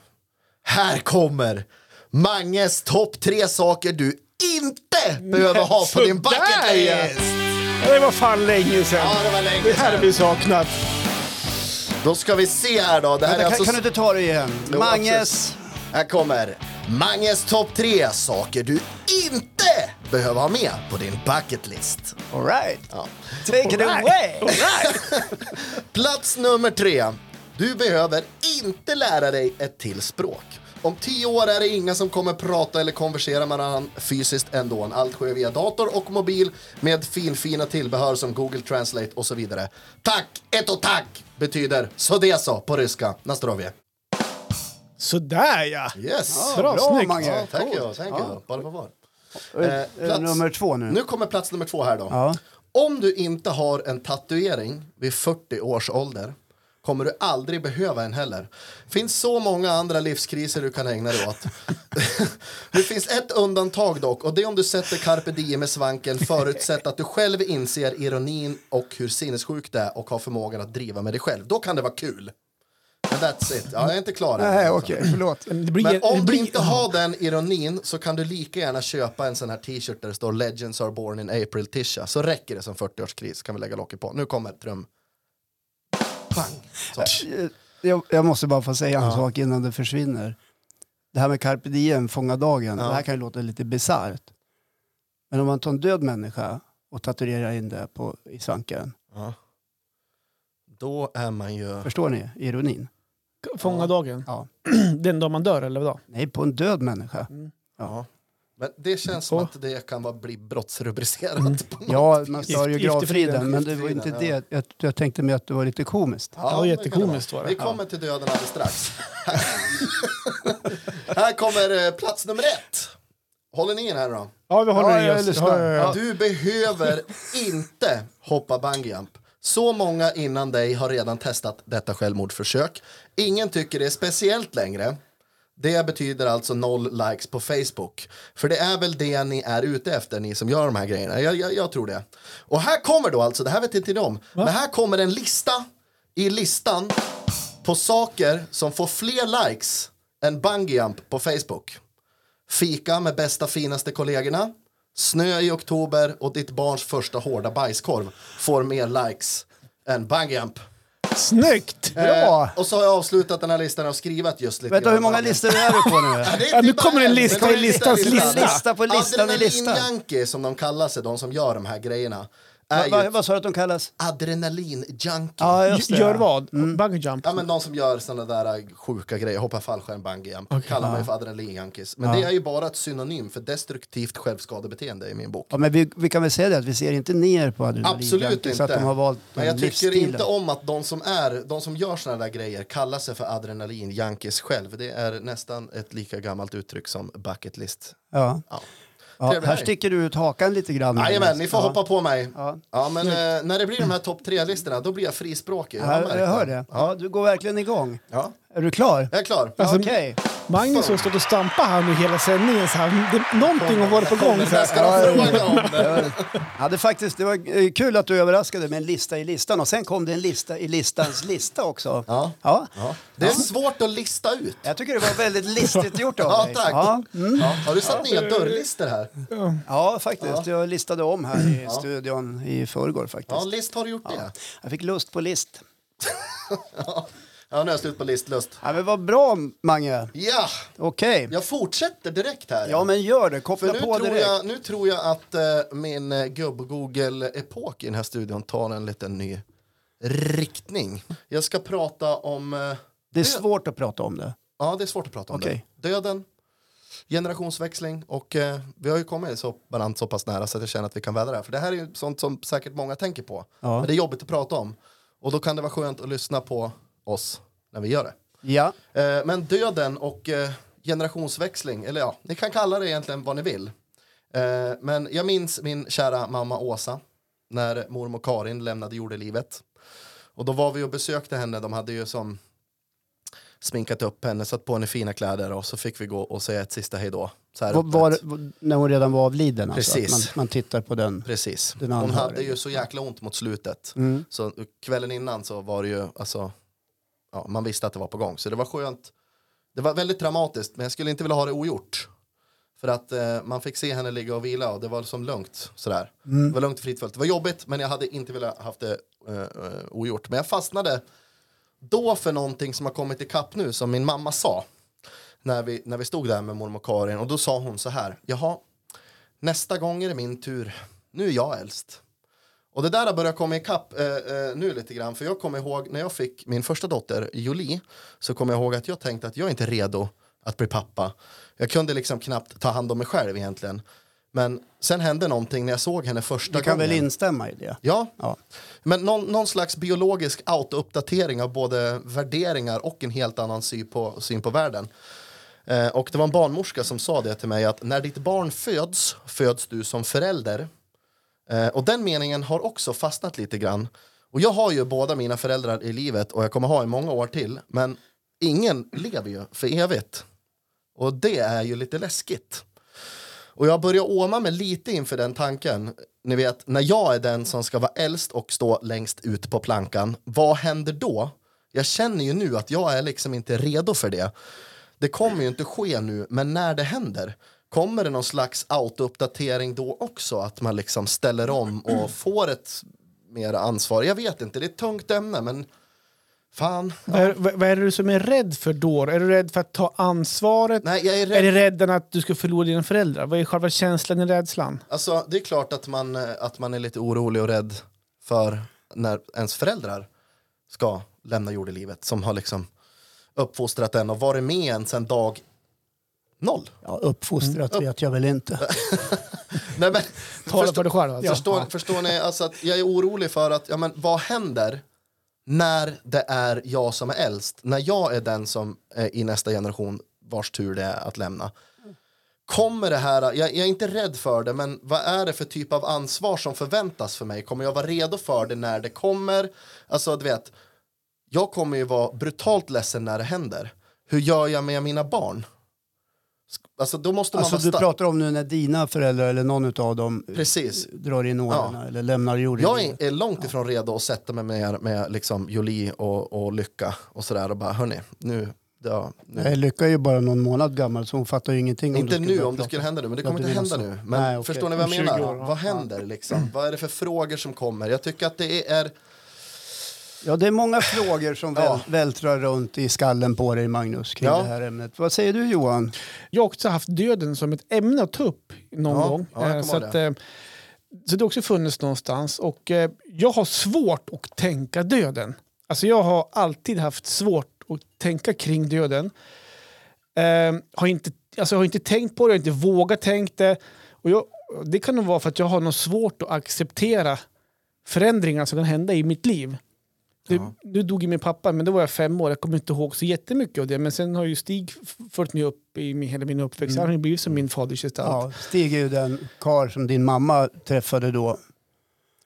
Speaker 2: här kommer Manges topp tre saker du inte behöver ha på din bucket
Speaker 3: sådär, ja.
Speaker 2: list.
Speaker 3: Det var fan länge sedan.
Speaker 2: Ja, det var
Speaker 3: Det
Speaker 2: länge
Speaker 3: här har
Speaker 2: sedan.
Speaker 3: vi saknat.
Speaker 2: Då ska vi se här då. Det här, är
Speaker 1: Vänta,
Speaker 2: alltså,
Speaker 1: kan, kan du inte ta det igen?
Speaker 2: Jo,
Speaker 1: Manges!
Speaker 2: här kommer Manges topp tre saker du inte behöver ha med på din bucket list.
Speaker 1: Alright.
Speaker 2: Ja.
Speaker 1: Take it away!
Speaker 2: Plats nummer tre. Du behöver inte lära dig ett till språk. Om tio år är det inga som kommer prata eller konversera med varandra fysiskt ändå. Allt sker via dator och mobil med finfina tillbehör som Google Translate och så vidare. Tack, ett och tack betyder så det så på ryska. Nastrovje.
Speaker 3: Sådär ja.
Speaker 2: Yes.
Speaker 1: Ja,
Speaker 3: Bra, snyggt.
Speaker 1: Mange.
Speaker 2: Ja, tack
Speaker 1: Coolt.
Speaker 2: you, thank you.
Speaker 1: Ja.
Speaker 2: Bara på var.
Speaker 1: Eh,
Speaker 2: Eh, plats-
Speaker 1: Nummer två nu.
Speaker 2: Nu kommer plats nummer två här då.
Speaker 1: Ja.
Speaker 2: Om du inte har en tatuering vid 40 års ålder kommer du aldrig behöva en heller. finns så många andra livskriser du kan ägna dig åt. det finns ett undantag dock och det är om du sätter carpe diem med svanken förutsatt att du själv inser ironin och hur sinnessjuk det är och har förmågan att driva med dig själv. Då kan det vara kul. Men that's it. Ja, jag är inte klar än.
Speaker 1: Nej, okej, förlåt.
Speaker 3: Det blir,
Speaker 2: Men
Speaker 3: det
Speaker 2: om du
Speaker 3: blir,
Speaker 2: inte har den ironin så kan du lika gärna köpa en sån här t-shirt där det står Legends are born in April Tisha. Så räcker det som 40-årskris. Kan vi lägga locket på. Nu kommer trum. Pang. Så.
Speaker 1: Eh, Jag, jag måste bara få säga en sak innan det försvinner. Det här med carpe diem, fånga dagen, det här kan ju låta lite bisarrt. Men om man tar en död människa och tatuerar in det på, i svanken,
Speaker 2: Då är man ju...
Speaker 1: förstår ni ironin?
Speaker 3: fånga dagen.
Speaker 1: Ja.
Speaker 3: Den dag man dör eller vadå?
Speaker 1: Nej, på en död människa.
Speaker 2: Men det känns som att det kan vara bli brottsrubricerat.
Speaker 3: Mm.
Speaker 2: På något
Speaker 1: Ja, man
Speaker 2: vis.
Speaker 1: stör ju
Speaker 3: Gift- giftefriden.
Speaker 1: gravfriden, men det var inte
Speaker 2: Giftefriden,
Speaker 1: det. Jag, jag tänkte mig att det var lite komiskt.
Speaker 3: Ja,
Speaker 2: men
Speaker 3: jättekomiskt
Speaker 2: kan
Speaker 3: var det.
Speaker 2: Vi kommer till döden alldeles strax. här kommer eh, plats nummer ett. Håller ni in här då?
Speaker 3: Ja, vi håller
Speaker 1: Ja,
Speaker 3: i
Speaker 1: jag
Speaker 3: oss.
Speaker 1: lyssnar.
Speaker 3: Ja, ja, ja.
Speaker 2: Du behöver inte hoppa bungyjump. Så många innan dig har redan testat detta självmordsförsök. Ingen tycker det är speciellt längre. Det betyder alltså noll likes på Facebook. För det är väl det ni är ute efter, ni som gör de här grejerna. Jag, jag, jag tror det. Och här kommer då alltså, det här vet inte ni om, men här kommer en lista i listan på saker som får fler likes än bungyjump på Facebook fika med bästa finaste kollegorna, snö i oktober och ditt barns första hårda bajskorv får mer likes än bungyjump.
Speaker 3: Snyggt!
Speaker 1: Eh, Bra!
Speaker 2: Och så har jag avslutat den här listan och skrivit just lite
Speaker 1: Vänta,
Speaker 2: grann
Speaker 1: hur många
Speaker 2: om det.
Speaker 1: listor är vi på nu?
Speaker 2: Ja, det är
Speaker 3: Ja,
Speaker 2: inte
Speaker 3: nu kommer en
Speaker 2: bungyjump,
Speaker 3: lista
Speaker 2: men det är
Speaker 3: i listans
Speaker 2: i
Speaker 1: lista. Lista på listan i listan.
Speaker 2: Adrenalinjunkie som de kallar sig, de som gör de här grejerna. är
Speaker 1: Vad va,
Speaker 2: ju
Speaker 1: vad sa du att de kallas?
Speaker 2: adrenalin-junkie. Ja.
Speaker 1: Ja, just det.
Speaker 3: Gör vad? Bungee jump?
Speaker 2: men någon som gör såna där äh, sjuka grejer, hoppar fallskärm, bungyjump, kallar mig för adrenalin-junkies. Men det är ju bara ett synonym för destruktivt självskadebeteende i min bok.
Speaker 1: Ja, men vi, vi kan väl säga det att vi ser inte ner på
Speaker 2: Absolut
Speaker 1: adrenalinjunkies
Speaker 2: inte.
Speaker 1: så att de har valt
Speaker 2: Men
Speaker 1: den
Speaker 2: jag tycker
Speaker 1: livsstilen.
Speaker 2: inte om att de som, är, de som gör såna där grejer kallar sig för adrenalin-junkies själv. Det är nästan ett lika gammalt uttryck som bucket list.
Speaker 1: Ja.
Speaker 2: Ja.
Speaker 1: Ja,
Speaker 2: Trevlig
Speaker 1: här
Speaker 2: helg.
Speaker 1: sticker du ut hakan lite grann.
Speaker 2: Jajamän, ni får hoppa på mig.
Speaker 1: Ja.
Speaker 2: Ja. men, eh, när det blir de här topp tre-listorna, då blir jag frispråkig. har
Speaker 1: Ja,
Speaker 2: märkt
Speaker 1: jag hör det. Ja, du går verkligen igång.
Speaker 2: Ja,
Speaker 1: Är du klar?
Speaker 2: jag är klar.
Speaker 3: Alltså,
Speaker 1: Okej.
Speaker 3: Magnus har stått och stampat här nu hela sändningen. Så här, det, någonting har varit på gång.
Speaker 2: Det
Speaker 3: Så
Speaker 2: där
Speaker 3: här.
Speaker 2: ska de fråga om.
Speaker 1: Ja, det, faktiskt, det var eh, kul att du överraskade med en lista i listan och sen kom det en lista i listans lista också.
Speaker 2: Ja.
Speaker 1: Ja.
Speaker 2: Ja. Det är svårt att lista ut.
Speaker 1: Jag tycker det var väldigt listigt gjort av
Speaker 2: Ja,
Speaker 1: dig.
Speaker 2: tack.
Speaker 1: Ja, mm.
Speaker 2: Ja. Har du satt nya dörrlistor här?
Speaker 1: ja, faktiskt. Jag listade om här i studion i förrgår faktiskt.
Speaker 2: Ja, list har du gjort det.
Speaker 1: Jag fick lust på list.
Speaker 2: Ja, nu är jag slut på listlust.
Speaker 1: Ja, men vad bra, Mange.
Speaker 2: Ja,
Speaker 1: Okej.
Speaker 2: jag fortsätter direkt här.
Speaker 1: Ja, men gör det. Koppla
Speaker 2: För nu
Speaker 1: på
Speaker 2: tror,
Speaker 1: direkt.
Speaker 2: jag, nu tror jag att eh, min eh, gubb-Google-epok i den här studion tar en liten ny riktning. Jag ska prata om... Eh,
Speaker 1: Det är
Speaker 2: dö-
Speaker 1: svårt att prata om det.
Speaker 2: Ja, det är svårt att prata om
Speaker 1: Okej.
Speaker 2: det. Döden, generationsväxling och eh, vi har ju kommit så, varandra så pass nära så att jag känner att vi kan vädra det här. För det här är ju sånt som säkert många tänker på.
Speaker 1: Ja.
Speaker 2: Men det är jobbigt att prata om. Och då kan det vara skönt att lyssna på oss när vi gör det.
Speaker 1: Ja.
Speaker 2: Eh, Men döden och eh, generationsväxling, eller ja, ni kan kalla det egentligen vad ni vill. Eh, Men jag minns min kära mamma Åsa när mormor Karin lämnade jordelivet. Och då var vi och besökte henne, de hade ju som sminkat upp henne, satt på henne fina kläder och så fick vi gå och säga ett sista hejdå. Så här
Speaker 1: Var,
Speaker 2: öppet.
Speaker 1: var, när hon redan var avliden alltså.
Speaker 2: Precis.
Speaker 1: Att Man, man tittar på den.
Speaker 2: Precis.
Speaker 1: Den
Speaker 2: Hon
Speaker 1: anhöriga. Mm.
Speaker 2: hade ju så jäkla ont mot slutet. Så kvällen innan så var det ju, alltså, ja, man visste att det var på gång. Så det var skönt. Det var väldigt traumatiskt, men jag skulle inte vilja ha det ogjort. För att eh, man fick se henne ligga och vila och det var som lugnt sådär.
Speaker 1: Mm.
Speaker 2: Det var lugnt och fridfullt. Det var jobbigt, men jag hade inte velat haft det eh, eh, ogjort. Men jag fastnade då för någonting som har kommit ikapp nu, som min mamma sa. När vi, när vi stod där med mormor Karin och då sa hon så här, jaha, nästa gång är det min tur. Nu är jag äldst. Och det där har börjat komma ikapp eh, eh, nu lite grann. För jag kommer ihåg när jag fick min första dotter Jolie så kommer jag ihåg att jag tänkte att jag är inte redo att bli pappa. Jag kunde liksom knappt ta hand om mig själv egentligen. Men sen hände någonting när jag såg henne första
Speaker 1: Du kan
Speaker 2: gången.
Speaker 1: väl instämma i det?
Speaker 2: Ja.
Speaker 1: Ja.
Speaker 2: Men någon, någon slags biologisk autouppdatering av både värderingar och en helt annan syn på, syn på världen. Eh, och det var en barnmorska som sa det till mig att när ditt barn föds, föds du som förälder. Eh, och den meningen har också fastnat lite grann. Och jag har ju båda mina föräldrar i livet och jag kommer ha i många år till. Men ingen lever ju för evigt. Och det är ju lite läskigt. Och jag börjar åma mig lite inför den tanken. Ni vet, när jag är den som ska vara äldst och stå längst ut på plankan, vad händer då? Jag känner ju nu att jag är liksom inte redo för det. Det kommer ju inte ske nu, men när det händer, kommer det någon slags autouppdatering då också? Att man liksom ställer om och får ett mer ansvar? Jag vet inte, det är ett tungt ämne, men fan.
Speaker 3: Vad är, vad vad är det du som är rädd för då? Är du rädd för att ta ansvaret?
Speaker 2: Nej, jag är rädd
Speaker 3: Är det rädden att du ska förlora dina föräldrar? Vad är själva känslan i rädslan?
Speaker 2: Alltså, det är klart att man, eh, att man är lite orolig och rädd för när ens föräldrar ska lämna jordelivet som har liksom uppfostrat en och varit med en sedan dag noll.
Speaker 1: Ja, uppfostrat
Speaker 2: Mm.
Speaker 1: vet jag väl inte.
Speaker 2: Nej, men,
Speaker 3: Tala
Speaker 2: förstå-
Speaker 3: för dig själv alltså.
Speaker 2: förstår, förstår ni? Alltså att jag är orolig för att, ja men vad händer när det är jag som är äldst? När jag är den som eh, i nästa generation vars tur det är att lämna. Kommer det här, jag, jag är inte rädd för det, men vad är det för typ av ansvar som förväntas för mig? Kommer jag vara redo för det när det kommer? Alltså du vet, jag kommer ju vara brutalt ledsen när det händer. Hur gör jag med mina barn? Sk- Alltså då måste man
Speaker 1: Alltså
Speaker 2: vara
Speaker 1: du
Speaker 2: sta-
Speaker 1: pratar om nu när dina föräldrar eller någon av dem
Speaker 2: Precis.
Speaker 1: drar in åren
Speaker 2: Ja.
Speaker 1: eller lämnar jorden.
Speaker 2: Jag är, är långt ifrån redo att sätta mig med, med liksom Jolie och, och Lycka och sådär och bara hörni, nu, ja, nu.
Speaker 1: Nej, Lycka är ju bara någon månad gammal så hon fattar ju ingenting. om
Speaker 2: inte
Speaker 1: du
Speaker 2: nu
Speaker 1: börja
Speaker 2: om det
Speaker 1: prata.
Speaker 2: skulle hända nu, men det
Speaker 1: Ja,
Speaker 2: kommer
Speaker 1: du
Speaker 2: inte hända
Speaker 1: menar så.
Speaker 2: nu. Men
Speaker 1: Nej, okej.
Speaker 2: förstår ni vad jag
Speaker 3: Om 20
Speaker 2: menar?
Speaker 3: år, ja.
Speaker 2: Vad händer liksom? Vad är det för frågor som kommer? Jag tycker att det är,
Speaker 1: Ja, det är många frågor som väl,
Speaker 2: Ja.
Speaker 1: vältrar runt i skallen på dig Magnus kring
Speaker 2: Ja.
Speaker 1: det här ämnet. Vad säger du Johan?
Speaker 3: Jag har också haft döden som ett ämne att ta upp någon
Speaker 2: Ja,
Speaker 3: gång.
Speaker 2: ja, jag
Speaker 3: Eh,
Speaker 2: kommer
Speaker 3: så
Speaker 2: ihåg
Speaker 3: att, eh, Så det har också funnits någonstans. Och eh, jag har svårt att tänka döden. Alltså jag har alltid haft svårt att tänka kring döden. Eh, har inte, alltså jag har inte tänkt på det, jag har inte vågat tänkt det. Och jag, det kan nog vara för att jag har något svårt att acceptera förändringar som kan hända i mitt liv. Det,
Speaker 2: Ja.
Speaker 3: Nu dog ju min pappa, men då var jag fem år. Jag kommer inte ihåg så jättemycket av det. Men sen har ju Stig f- följt mig upp i min, hela min uppväxt. Han har ju blivit som min faders gestalt
Speaker 1: Ja, Stig är ju den karl som din mamma träffade då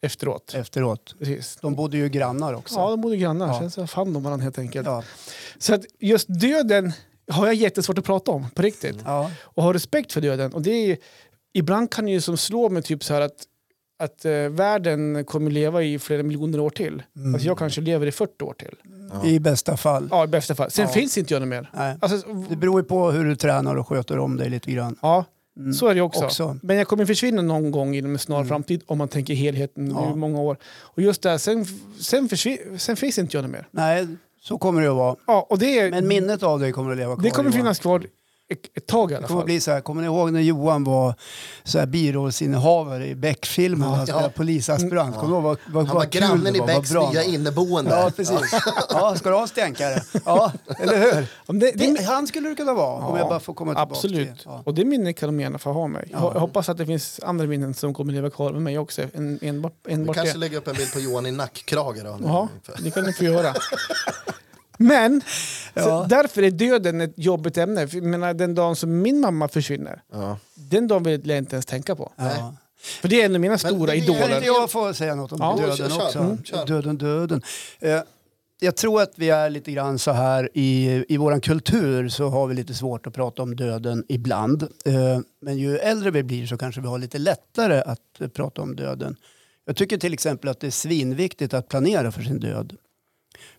Speaker 3: efteråt.
Speaker 1: efteråt.
Speaker 3: Precis.
Speaker 1: De bodde ju grannar också.
Speaker 3: Ja, de bodde grannar.
Speaker 1: Ja.
Speaker 3: Sen så fann de varandra helt enkelt.
Speaker 1: ja.
Speaker 3: Så att just döden har jag jättesvårt att prata om på riktigt.
Speaker 1: ja.
Speaker 3: Och ha respekt för döden. Och det är, ibland kan det ju som slå mig typ så här att, att eh, världen kommer leva i flera miljoner år till.
Speaker 1: Mm.
Speaker 3: Alltså jag kanske lever i 40 år till.
Speaker 2: Ja.
Speaker 1: I bästa fall.
Speaker 3: Ja, i bästa fall. Sen
Speaker 1: Ja.
Speaker 3: finns inte jag något mer.
Speaker 1: Nej.
Speaker 3: Alltså,
Speaker 1: Det beror ju på hur du tränar och sköter om dig lite grann.
Speaker 3: ja,
Speaker 1: Mm.
Speaker 3: så är det också.
Speaker 1: också. Mm.
Speaker 3: Men jag kommer försvinna någon gång inom en snar framtid om man tänker helheten
Speaker 1: Ja.
Speaker 3: hur många år. Och just det, här, sen, sen, försvin- sen finns inte jag något mer.
Speaker 1: Nej, så kommer det att vara.
Speaker 3: Ja, och det är,
Speaker 1: Men minnet av dig kommer att leva kvar.
Speaker 3: det kommer
Speaker 1: Johan.
Speaker 3: finnas kvar ett, ett tag i
Speaker 1: Det
Speaker 3: alla
Speaker 1: kommer
Speaker 3: fall.
Speaker 1: att bli så här, kommer ni ihåg när Johan var så här birollsinnehavare i Beck-filmen? Han spelade
Speaker 2: Ja.
Speaker 1: polisaspirant. Kommer du ihåg vad, vad,
Speaker 2: Han var
Speaker 1: vad kul det
Speaker 2: grannen i
Speaker 1: var? Vad
Speaker 2: Becks
Speaker 1: bra han
Speaker 2: nya
Speaker 1: var.
Speaker 2: inneboende.
Speaker 1: Ja, precis. Ja, ska du ha en stänkare? Ja, eller hur?
Speaker 3: Ja, men det, det,
Speaker 1: Det, han skulle du kunna vara, om
Speaker 3: Ja,
Speaker 1: jag bara får komma tillbaka
Speaker 3: Absolut.
Speaker 1: till det. Ja.
Speaker 3: Och det minnet kan de gärna få ha mig. Jag
Speaker 1: Ja.
Speaker 3: hoppas att det finns andra minnen som kommer leva kvar med mig också. En, enbart
Speaker 2: Vi
Speaker 3: enbart
Speaker 2: kanske
Speaker 3: det.
Speaker 2: lägger upp en bild på Johan i nackkrage då.
Speaker 3: Ja, det kan ni få göra. Men så
Speaker 1: Ja.
Speaker 3: därför är döden ett jobbigt ämne. För Jag menar, den dagen som min mamma försvinner,
Speaker 2: Ja.
Speaker 3: den dagen vill jag inte ens tänka på.
Speaker 1: Ja.
Speaker 3: För det är en av mina stora
Speaker 2: det är-
Speaker 1: Kan inte
Speaker 3: idoler.
Speaker 1: jag få säga något om
Speaker 3: Ja,
Speaker 1: döden
Speaker 2: kör, kör.
Speaker 1: också?
Speaker 2: Mm, kör.
Speaker 1: Döden, döden. Eh, jag tror att vi är lite grann så här i, i vår kultur så har vi lite svårt att prata om döden ibland. Eh, men ju äldre vi blir så kanske vi har lite lättare att eh, prata om döden. Jag tycker till exempel att det är svinviktigt att planera för sin död.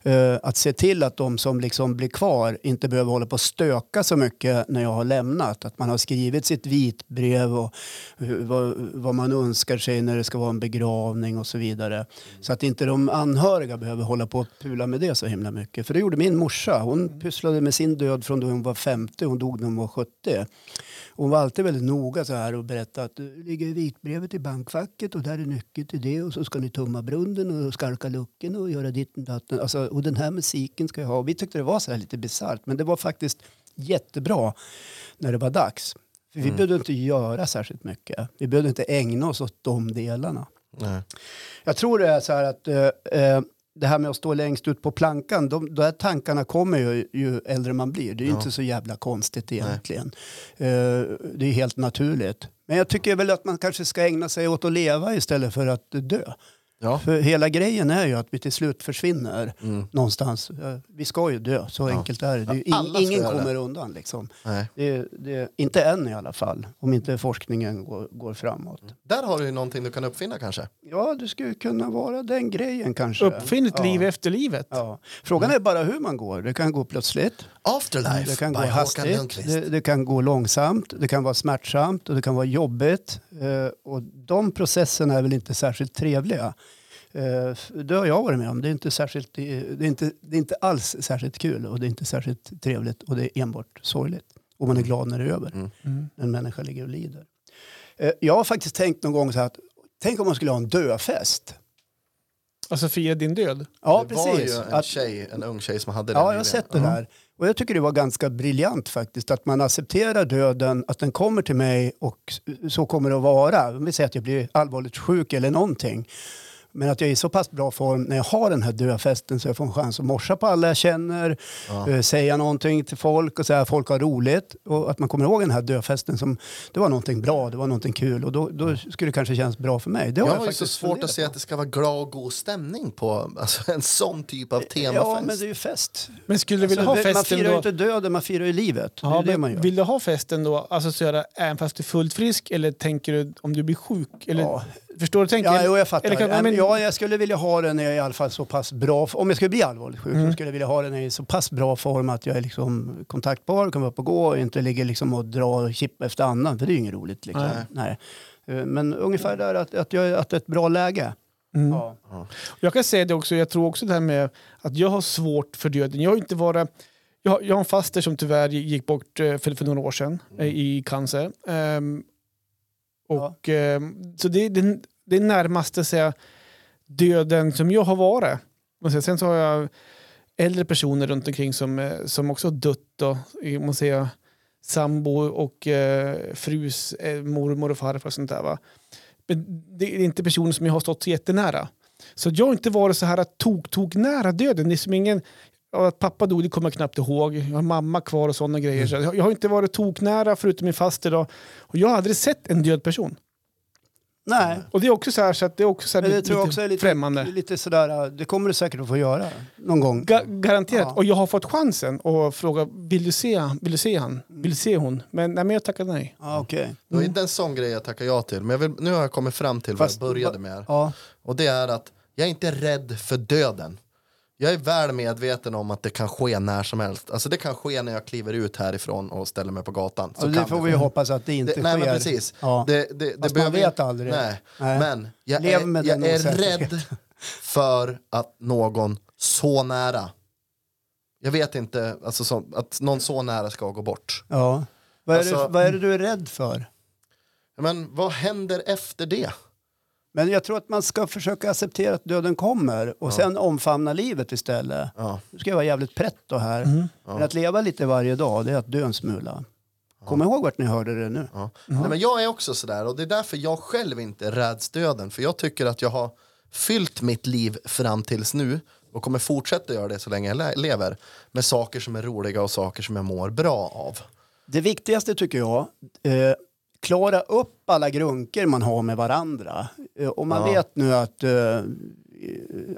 Speaker 1: Eh, att se till att de som liksom blir kvar inte behöver hålla på och stöka så mycket när jag har lämnat. Att man har skrivit sitt vitbrev och hur, vad, vad man önskar sig när det ska vara en begravning och så vidare. Så att inte de anhöriga behöver hålla på och pula med det så himla mycket. För det gjorde min morsa. Hon pysslade med sin död från då hon var 50. Hon dog när hon var 70. Hon var alltid väldigt noga så här och berättade att det ligger i vitbrevet i bankfacket och där är nyckeln till det och så ska ni tumma brunnen och skarka lucken och göra ditt och datten. Alltså, och den här musiken ska jag ha. Vi tyckte det var så här lite bisarrt men det var faktiskt jättebra när det var dags. För vi behövde inte göra särskilt mycket. Vi behövde inte ägna oss åt de delarna.
Speaker 2: Nej.
Speaker 1: Jag tror det är så här att eh, eh, det här med att stå längst ut på plankan, de, de här tankarna kommer ju ju äldre man blir. Det är ju
Speaker 2: Ja.
Speaker 1: inte så jävla konstigt egentligen. Eh, det är helt naturligt. Men jag tycker väl att man kanske ska ägna sig åt att leva istället för att dö.
Speaker 2: Ja.
Speaker 1: För hela grejen är ju att vi till slut försvinner
Speaker 2: Mm.
Speaker 1: någonstans. Eh, Vi ska ju dö, så
Speaker 2: Ja.
Speaker 1: enkelt är det. det är ju
Speaker 2: Ja, alla
Speaker 1: ing,
Speaker 2: ska
Speaker 1: ingen
Speaker 2: göra det.
Speaker 1: kommer undan liksom.
Speaker 2: Nej.
Speaker 1: Det, det, inte än i alla fall, om inte forskningen går, går framåt.
Speaker 2: Där har du ju någonting du kan uppfinna kanske.
Speaker 1: Ja, det skulle kunna vara den grejen kanske.
Speaker 3: Uppfinn ett
Speaker 1: ja.
Speaker 3: liv efter livet.
Speaker 1: Ja. Frågan är bara hur man går. Det kan gå plötsligt,
Speaker 2: Afterlife
Speaker 1: det kan
Speaker 2: by
Speaker 1: gå
Speaker 2: Håkan
Speaker 1: hastigt,
Speaker 2: Lundqvist.
Speaker 1: det, det kan gå långsamt, det kan vara smärtsamt och det kan vara jobbigt. Eh, och de processerna är väl inte särskilt trevliga. Eh, f- det har jag varit med om. Det är, inte särskilt, eh, det, är inte, det är inte alls särskilt kul och det är inte särskilt trevligt och det är enbart sorgligt. Och man är glad när det är över.
Speaker 2: Mm.
Speaker 3: Mm.
Speaker 1: En människa ligger och lider. Eh, jag har faktiskt tänkt någon gång så här att tänk om man skulle ha en döfest.
Speaker 3: Alltså fira din död.
Speaker 1: Ja,
Speaker 2: det var
Speaker 1: precis.
Speaker 2: ju en,
Speaker 1: Att-
Speaker 2: tjej, en ung tjej som hade det
Speaker 1: Ja, jag har
Speaker 2: nyligen.
Speaker 1: sett det där. Och jag tycker det var ganska briljant faktiskt. Att man accepterar döden, att den kommer till mig och s- så kommer det att vara. Om vi säger att jag blir allvarligt sjuk eller någonting. Men att jag är i så pass bra form när jag har den här döfesten så jag får en chans att morsa på alla jag känner, eh, säga någonting till folk och säga att folk har roligt. Och att man kommer ihåg den här döfesten som det var någonting bra, det var någonting kul och då, då skulle det kanske kännas bra för mig. Det har
Speaker 2: Jag
Speaker 1: jag,
Speaker 2: har ju så
Speaker 1: faktiskt
Speaker 2: svårt
Speaker 1: funderat
Speaker 2: att se att det ska vara glad och god stämning på alltså, en sån typ av
Speaker 1: på.
Speaker 2: temafest.
Speaker 1: Ja, men det är ju fest.
Speaker 3: Men skulle du vilja
Speaker 1: Alltså,
Speaker 3: ha
Speaker 1: man
Speaker 3: festen
Speaker 1: firar ju
Speaker 3: då?
Speaker 1: inte döden, man firar ju livet. det
Speaker 3: Ja,
Speaker 1: är det
Speaker 3: men
Speaker 1: man gör.
Speaker 3: Vill du ha festen då, alltså så göra även fast du är fullt frisk eller tänker du om du blir sjuk? Eller,
Speaker 1: Ja.
Speaker 3: Förstår du? Tänker?
Speaker 1: Ja, jo, jag fattar.
Speaker 3: Eller kan-
Speaker 1: Nej, men...
Speaker 3: men-
Speaker 1: ja, jag skulle vilja ha den när jag är i alla fall så pass bra. Om jag skulle bli allvarligt sjuk
Speaker 3: Mm.
Speaker 1: så skulle jag vilja ha den när jag är i så pass bra form att jag är liksom kontaktbar, kan vara upp och gå och inte ligger liksom och drar och chippa efter annan. För det är ju inget roligt. Liksom. Nej. Eh, Men ungefär där att, att jag att det är ett bra läge.
Speaker 3: Mm.
Speaker 1: Ja.
Speaker 3: Jag kan säga det också, jag tror också det här med att jag har svårt för döden. Jag har ju inte varit... Jag, har- jag har en faster som tyvärr gick bort eh, för, för några år sedan eh, i cancer. Ehm, och, ehm, så det, det, det är närmaste så här, döden som jag har varit. Och sen, sen så har jag äldre personer runt omkring som, eh, som också har dött. Då, i- om man säger, sambo och eh, frus eh, mormor och farfar och sånt där. Va? Men det är inte personer som jag har stått så jättenära. Så jag har inte varit så här tok-tok nära döden. Det är som ingen, ja, att pappa dog det kommer jag knappt ihåg. Jag har mamma kvar och sådana
Speaker 1: Mm.
Speaker 3: grejer. Så jag, jag har inte varit toknära förutom min faster. Då. Och jag har aldrig sett en död person.
Speaker 1: Nej,
Speaker 3: Och det är också så här så att det är också så här
Speaker 1: men det
Speaker 3: lite-
Speaker 1: tror jag
Speaker 3: lite
Speaker 1: också är lite,
Speaker 3: främmande.
Speaker 1: lite sådär, det kommer du säkert att få göra någon gång.
Speaker 3: Ga garanterat.
Speaker 1: Ja.
Speaker 3: Och jag har fått chansen att fråga, vill du se, han? vill du se han?
Speaker 1: Mm.
Speaker 3: Vill du se hon? Men, nej, men jag tackade nej.
Speaker 1: Ja, okej.
Speaker 2: Det var inte en sån grej jag tackar ja till. Men jag vill, nu har jag kommit fram till vad
Speaker 1: Fast-
Speaker 2: jag började med. Här.
Speaker 1: Ja.
Speaker 2: Och det är att jag är inte rädd för döden. Jag är väl medveten om att det kan ske när som helst. Alltså det kan ske när jag kliver ut härifrån och ställer mig på gatan. Så
Speaker 1: Och det
Speaker 2: kan
Speaker 1: får
Speaker 2: det
Speaker 1: vi ju hoppas att det inte
Speaker 2: Det,
Speaker 1: sker.
Speaker 2: nej men precis.
Speaker 1: Ja.
Speaker 2: Det, det, det
Speaker 1: Fast man
Speaker 2: behöver
Speaker 1: vet
Speaker 2: inte-
Speaker 1: aldrig.
Speaker 2: Nej.
Speaker 1: Nej.
Speaker 2: Men jag
Speaker 1: Lev
Speaker 2: är,
Speaker 1: med den
Speaker 2: jag är
Speaker 1: osäkerheten.
Speaker 2: rädd för att någon så nära. Jag vet inte, alltså som, att någon så nära ska gå bort.
Speaker 1: ja. Vad, är
Speaker 2: Alltså-
Speaker 1: det, vad är det du är rädd för?
Speaker 2: Men vad händer efter det?
Speaker 1: Men jag tror att man ska försöka acceptera att döden kommer och sen omfamna livet istället.
Speaker 2: Ja. Mm.
Speaker 1: Nu ska jag vara jävligt pretto här. Men att leva lite varje dag, det är att dö en smula. Kom ihåg vart ni hörde det nu.
Speaker 2: Ja. Nej, men jag är också sådär och det är därför jag själv inte räds döden. För jag tycker att jag har fyllt mitt liv fram tills nu och kommer fortsätta göra det så länge jag le- lever med saker som är roliga och saker som jag mår bra av.
Speaker 1: Det viktigaste tycker jag, eh, klara upp alla grunker man har med varandra. Eh, om man
Speaker 2: Ja.
Speaker 1: vet nu att, eh,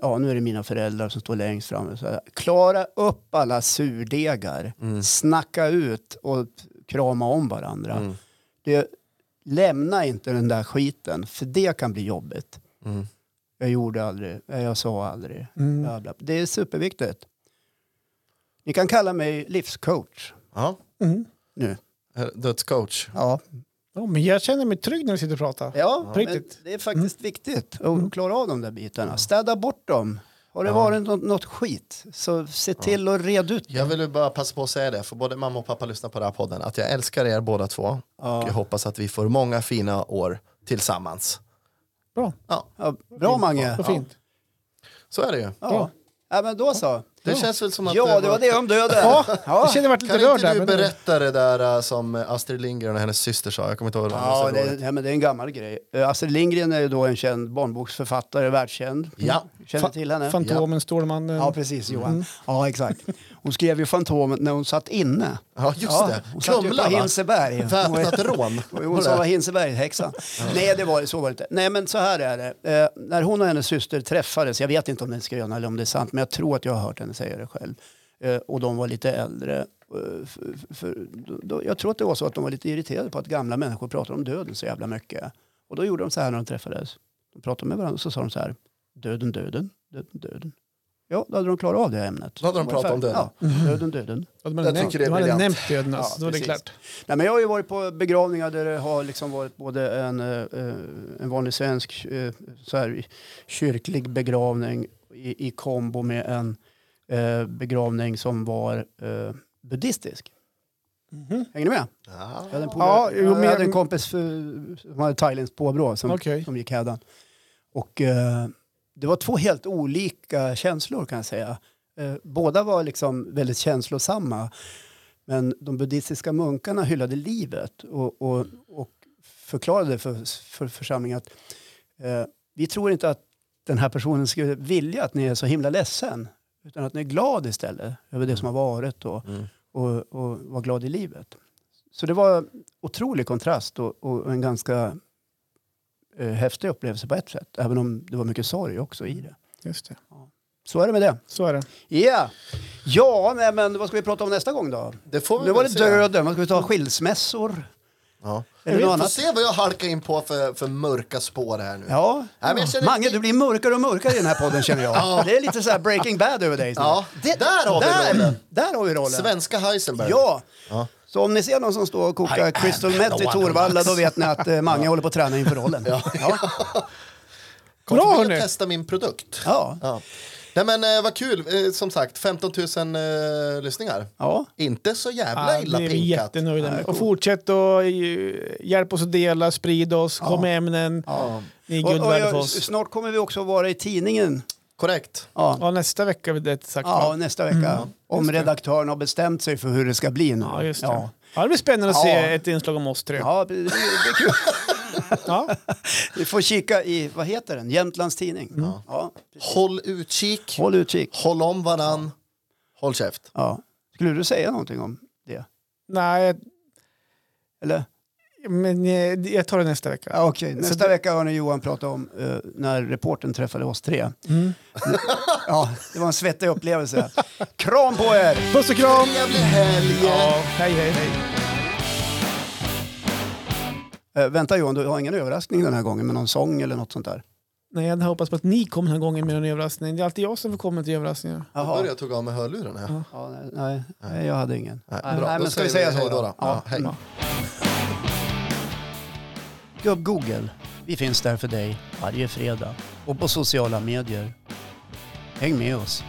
Speaker 1: ja nu är det mina föräldrar som står längst fram. Så här, klara upp alla surdegar,
Speaker 2: Mm.
Speaker 1: snacka ut och krama om varandra.
Speaker 2: Mm.
Speaker 1: Det, lämna inte den där skiten, för det kan bli jobbigt.
Speaker 2: Mm.
Speaker 1: Jag gjorde aldrig, eh, jag sa aldrig. Bla, bla. Det är superviktigt. Ni kan kalla mig livscoach
Speaker 2: Ja.
Speaker 3: Mm.
Speaker 1: nu.
Speaker 2: Dödscoach.
Speaker 1: Ja,
Speaker 3: Ja, men jag känner mig trygg när vi sitter och pratar.
Speaker 1: Ja,
Speaker 3: På
Speaker 1: men
Speaker 3: riktigt.
Speaker 1: det är faktiskt viktigt att klara av de där bitarna. Städa bort dem. Har det varit något, något skit, så se till att reda ut det.
Speaker 2: Jag vill ju bara passa på att säga det, för både mamma och pappa lyssnar på den här podden, att jag älskar er båda två. Och jag hoppas att vi får många fina år tillsammans.
Speaker 3: Bra,
Speaker 2: Ja,
Speaker 1: Ja, bra Mange.
Speaker 3: vad fint.
Speaker 2: så är det ju.
Speaker 1: Ja. ja, men då så.
Speaker 2: Det känns väl som att...
Speaker 1: Ja, det var det om döden. Ja,
Speaker 3: Jag känner mig lite
Speaker 2: Kan
Speaker 3: rörd
Speaker 2: inte
Speaker 3: där.
Speaker 2: du
Speaker 3: men-
Speaker 2: berätta det där äh, som Astrid Lindgren och hennes syster sa? Jag kommer inte ihåg vad
Speaker 1: Ja,
Speaker 2: hon sa.
Speaker 1: det, ja, men det är en gammal grej. Eh, Astrid Lindgren är ju då en känd barnboksförfattare, världskänd.
Speaker 2: Ja.
Speaker 1: Känner till henne?
Speaker 3: Fantomen, Stålmannen.
Speaker 1: Ja, precis Johan. Ja, exakt. Hon skrev ju Fantomen när hon satt inne.
Speaker 2: Ja, just
Speaker 1: ja,
Speaker 2: det.
Speaker 1: Hon satt ju
Speaker 2: Kumla,
Speaker 1: på
Speaker 2: va?
Speaker 1: Hinseberg.
Speaker 2: Väpnat rån.
Speaker 1: Och Hon som var Hinseberg-häxan. Nej, det var det, så var det inte. Nej, men så här är det. Eh, när hon och hennes syster träffades, jag vet inte om det är en skröna eller om det är sant, men jag tror att jag har hört henne säga det själv. Eh, och de var lite äldre. Eh, för, för, då, jag tror att det var så att de var lite irriterade på att gamla människor pratar om döden så jävla mycket. Och då gjorde de så här när de träffades. De pratade med varandra och så sa de så här, döden, döden, döden, döden. Ja, då hade de klarat av det ämnet.
Speaker 2: Då hade de
Speaker 1: var
Speaker 2: pratat om
Speaker 1: färdiga. Ja, döden, döden.
Speaker 3: Ja, de hade
Speaker 2: Jag
Speaker 3: nämnt-
Speaker 2: tycker det är
Speaker 3: de hade
Speaker 2: briljant.
Speaker 3: nämnt döden, alltså.
Speaker 1: Ja,
Speaker 3: då är det
Speaker 1: precis.
Speaker 3: klart.
Speaker 1: Nej, men jag har ju varit på begravningar där det har liksom varit både en, eh, eh, en vanlig svensk eh, så här, kyrklig begravning i, i kombo med en eh, begravning som var eh, buddhistisk. Hänger ni med?
Speaker 2: Ja.
Speaker 1: Jag hade en,
Speaker 3: Ja,
Speaker 1: polare-
Speaker 3: jo,
Speaker 1: jag
Speaker 3: men-
Speaker 1: hade en kompis eh, som hade thailändskt påbrå som,
Speaker 3: Okej.
Speaker 1: som gick hädan. Och eh, det var två helt olika känslor kan jag säga. Eh, båda var liksom väldigt känslosamma. Men de buddhistiska munkarna hyllade livet och, och, och förklarade för, för församlingen att eh, vi tror inte att den här personen skulle vilja att ni är så himla ledsen utan att ni är glad istället över det som har varit och,
Speaker 2: Mm.
Speaker 1: och, och var glad i livet. Så det var otrolig kontrast och, och en ganska eh, häftig upplevelse på ett sätt, även om det var mycket sorg också i det.
Speaker 3: Just det.
Speaker 1: Så är det med det.
Speaker 3: Så är det.
Speaker 1: Yeah. Ja, nej, men vad ska vi prata om nästa gång då?
Speaker 2: Det får vi
Speaker 1: Nu var
Speaker 2: väl
Speaker 1: det
Speaker 2: se.
Speaker 1: döden, vad ska vi ta? Skilsmässor?
Speaker 2: Ja.
Speaker 1: Eller
Speaker 2: Vi
Speaker 1: något
Speaker 2: får
Speaker 1: annat?
Speaker 2: se vad jag halkar in på för, för mörka spår här nu.
Speaker 1: Ja.
Speaker 2: Nej, men jag känner-
Speaker 1: Mange, du blir mörkare och mörkare i den här podden känner jag.
Speaker 2: Ja.
Speaker 1: Det är lite så här Breaking Bad över dig.
Speaker 2: Ja, där har vi rollen.
Speaker 1: Där har vi rollen.
Speaker 2: Svenska Heisenberg.
Speaker 1: Ja.
Speaker 2: Ja.
Speaker 1: Så om ni ser någon som står och kokar Crystal Meth i
Speaker 2: one
Speaker 1: Torvalla
Speaker 2: who
Speaker 1: då vet ni att eh, Mange håller på att träna inför rollen. Ja. Ja.
Speaker 2: Kom,
Speaker 3: Bra,
Speaker 2: jag vill
Speaker 3: hörni.
Speaker 2: testa min produkt.
Speaker 1: Ja.
Speaker 2: Ja. Nej men eh, vad kul, eh, som sagt 15 000 eh, lyssningar.
Speaker 1: Ja,
Speaker 2: Inte så jävla
Speaker 3: Ja,
Speaker 2: illa
Speaker 3: det är vi
Speaker 2: pinkat.
Speaker 3: jättenöjda med.
Speaker 1: Nej,
Speaker 3: Och fortsätt att eh, hjälpa oss att dela, sprida oss, kom med ämnen.
Speaker 2: Ja,
Speaker 3: Ni är
Speaker 1: och,
Speaker 3: guld
Speaker 1: och
Speaker 3: värda för
Speaker 1: jag,
Speaker 3: oss.
Speaker 1: snart kommer vi också att vara i tidningen.
Speaker 2: korrekt.
Speaker 1: Ja,
Speaker 3: Ja, nästa vecka har vi det sagt
Speaker 1: ja
Speaker 3: va?
Speaker 1: nästa vecka. Om redaktören har bestämt sig för hur det ska bli nu.
Speaker 3: Ja, just det.
Speaker 1: Ja,
Speaker 3: Ja. det blir spännande att
Speaker 1: Ja.
Speaker 3: se ett inslag om oss tre. Ja.
Speaker 1: Ja, det det är kul. Vi får kika i, vad heter den, Jämtlands Tidning. Ja.
Speaker 2: Håll utkik,
Speaker 1: Håll utkik.
Speaker 2: håll om varann, håll käft.
Speaker 1: Ja. Skulle du säga någonting om det?
Speaker 3: Nej,
Speaker 1: Eller?
Speaker 3: men eh, jag tar det nästa vecka.
Speaker 1: Ja, okej. Nästa
Speaker 3: det-
Speaker 1: vecka har ni Johan pratat om eh, när reporten träffade oss tre.
Speaker 3: Mm.
Speaker 1: ja, det var en svettig upplevelse. Kram på er!
Speaker 3: Puss och kram!
Speaker 2: Trevlig helg!
Speaker 3: Ja, hej, hej, hej.
Speaker 1: Eh, vänta Johan, du har ingen överraskning den här gången med någon sång eller något sånt där?
Speaker 3: Nej, jag hade hoppats på att ni kom den här gången med en överraskning. Det är alltid jag som får komma till överraskningar.
Speaker 2: Nu
Speaker 1: Jaha.
Speaker 2: börjar jag tugga av med hörlurarna. här.
Speaker 1: Ja, nej, nej, nej, jag hade ingen.
Speaker 2: Nej,
Speaker 1: Nej,
Speaker 2: bra.
Speaker 1: nej,
Speaker 2: Då
Speaker 1: men ska vi
Speaker 2: säger
Speaker 1: säga
Speaker 2: vi
Speaker 1: så
Speaker 2: hej då då? Ja, hej.
Speaker 1: Gubb-Google, vi finns där för dig varje fredag och på sociala medier. Häng med oss.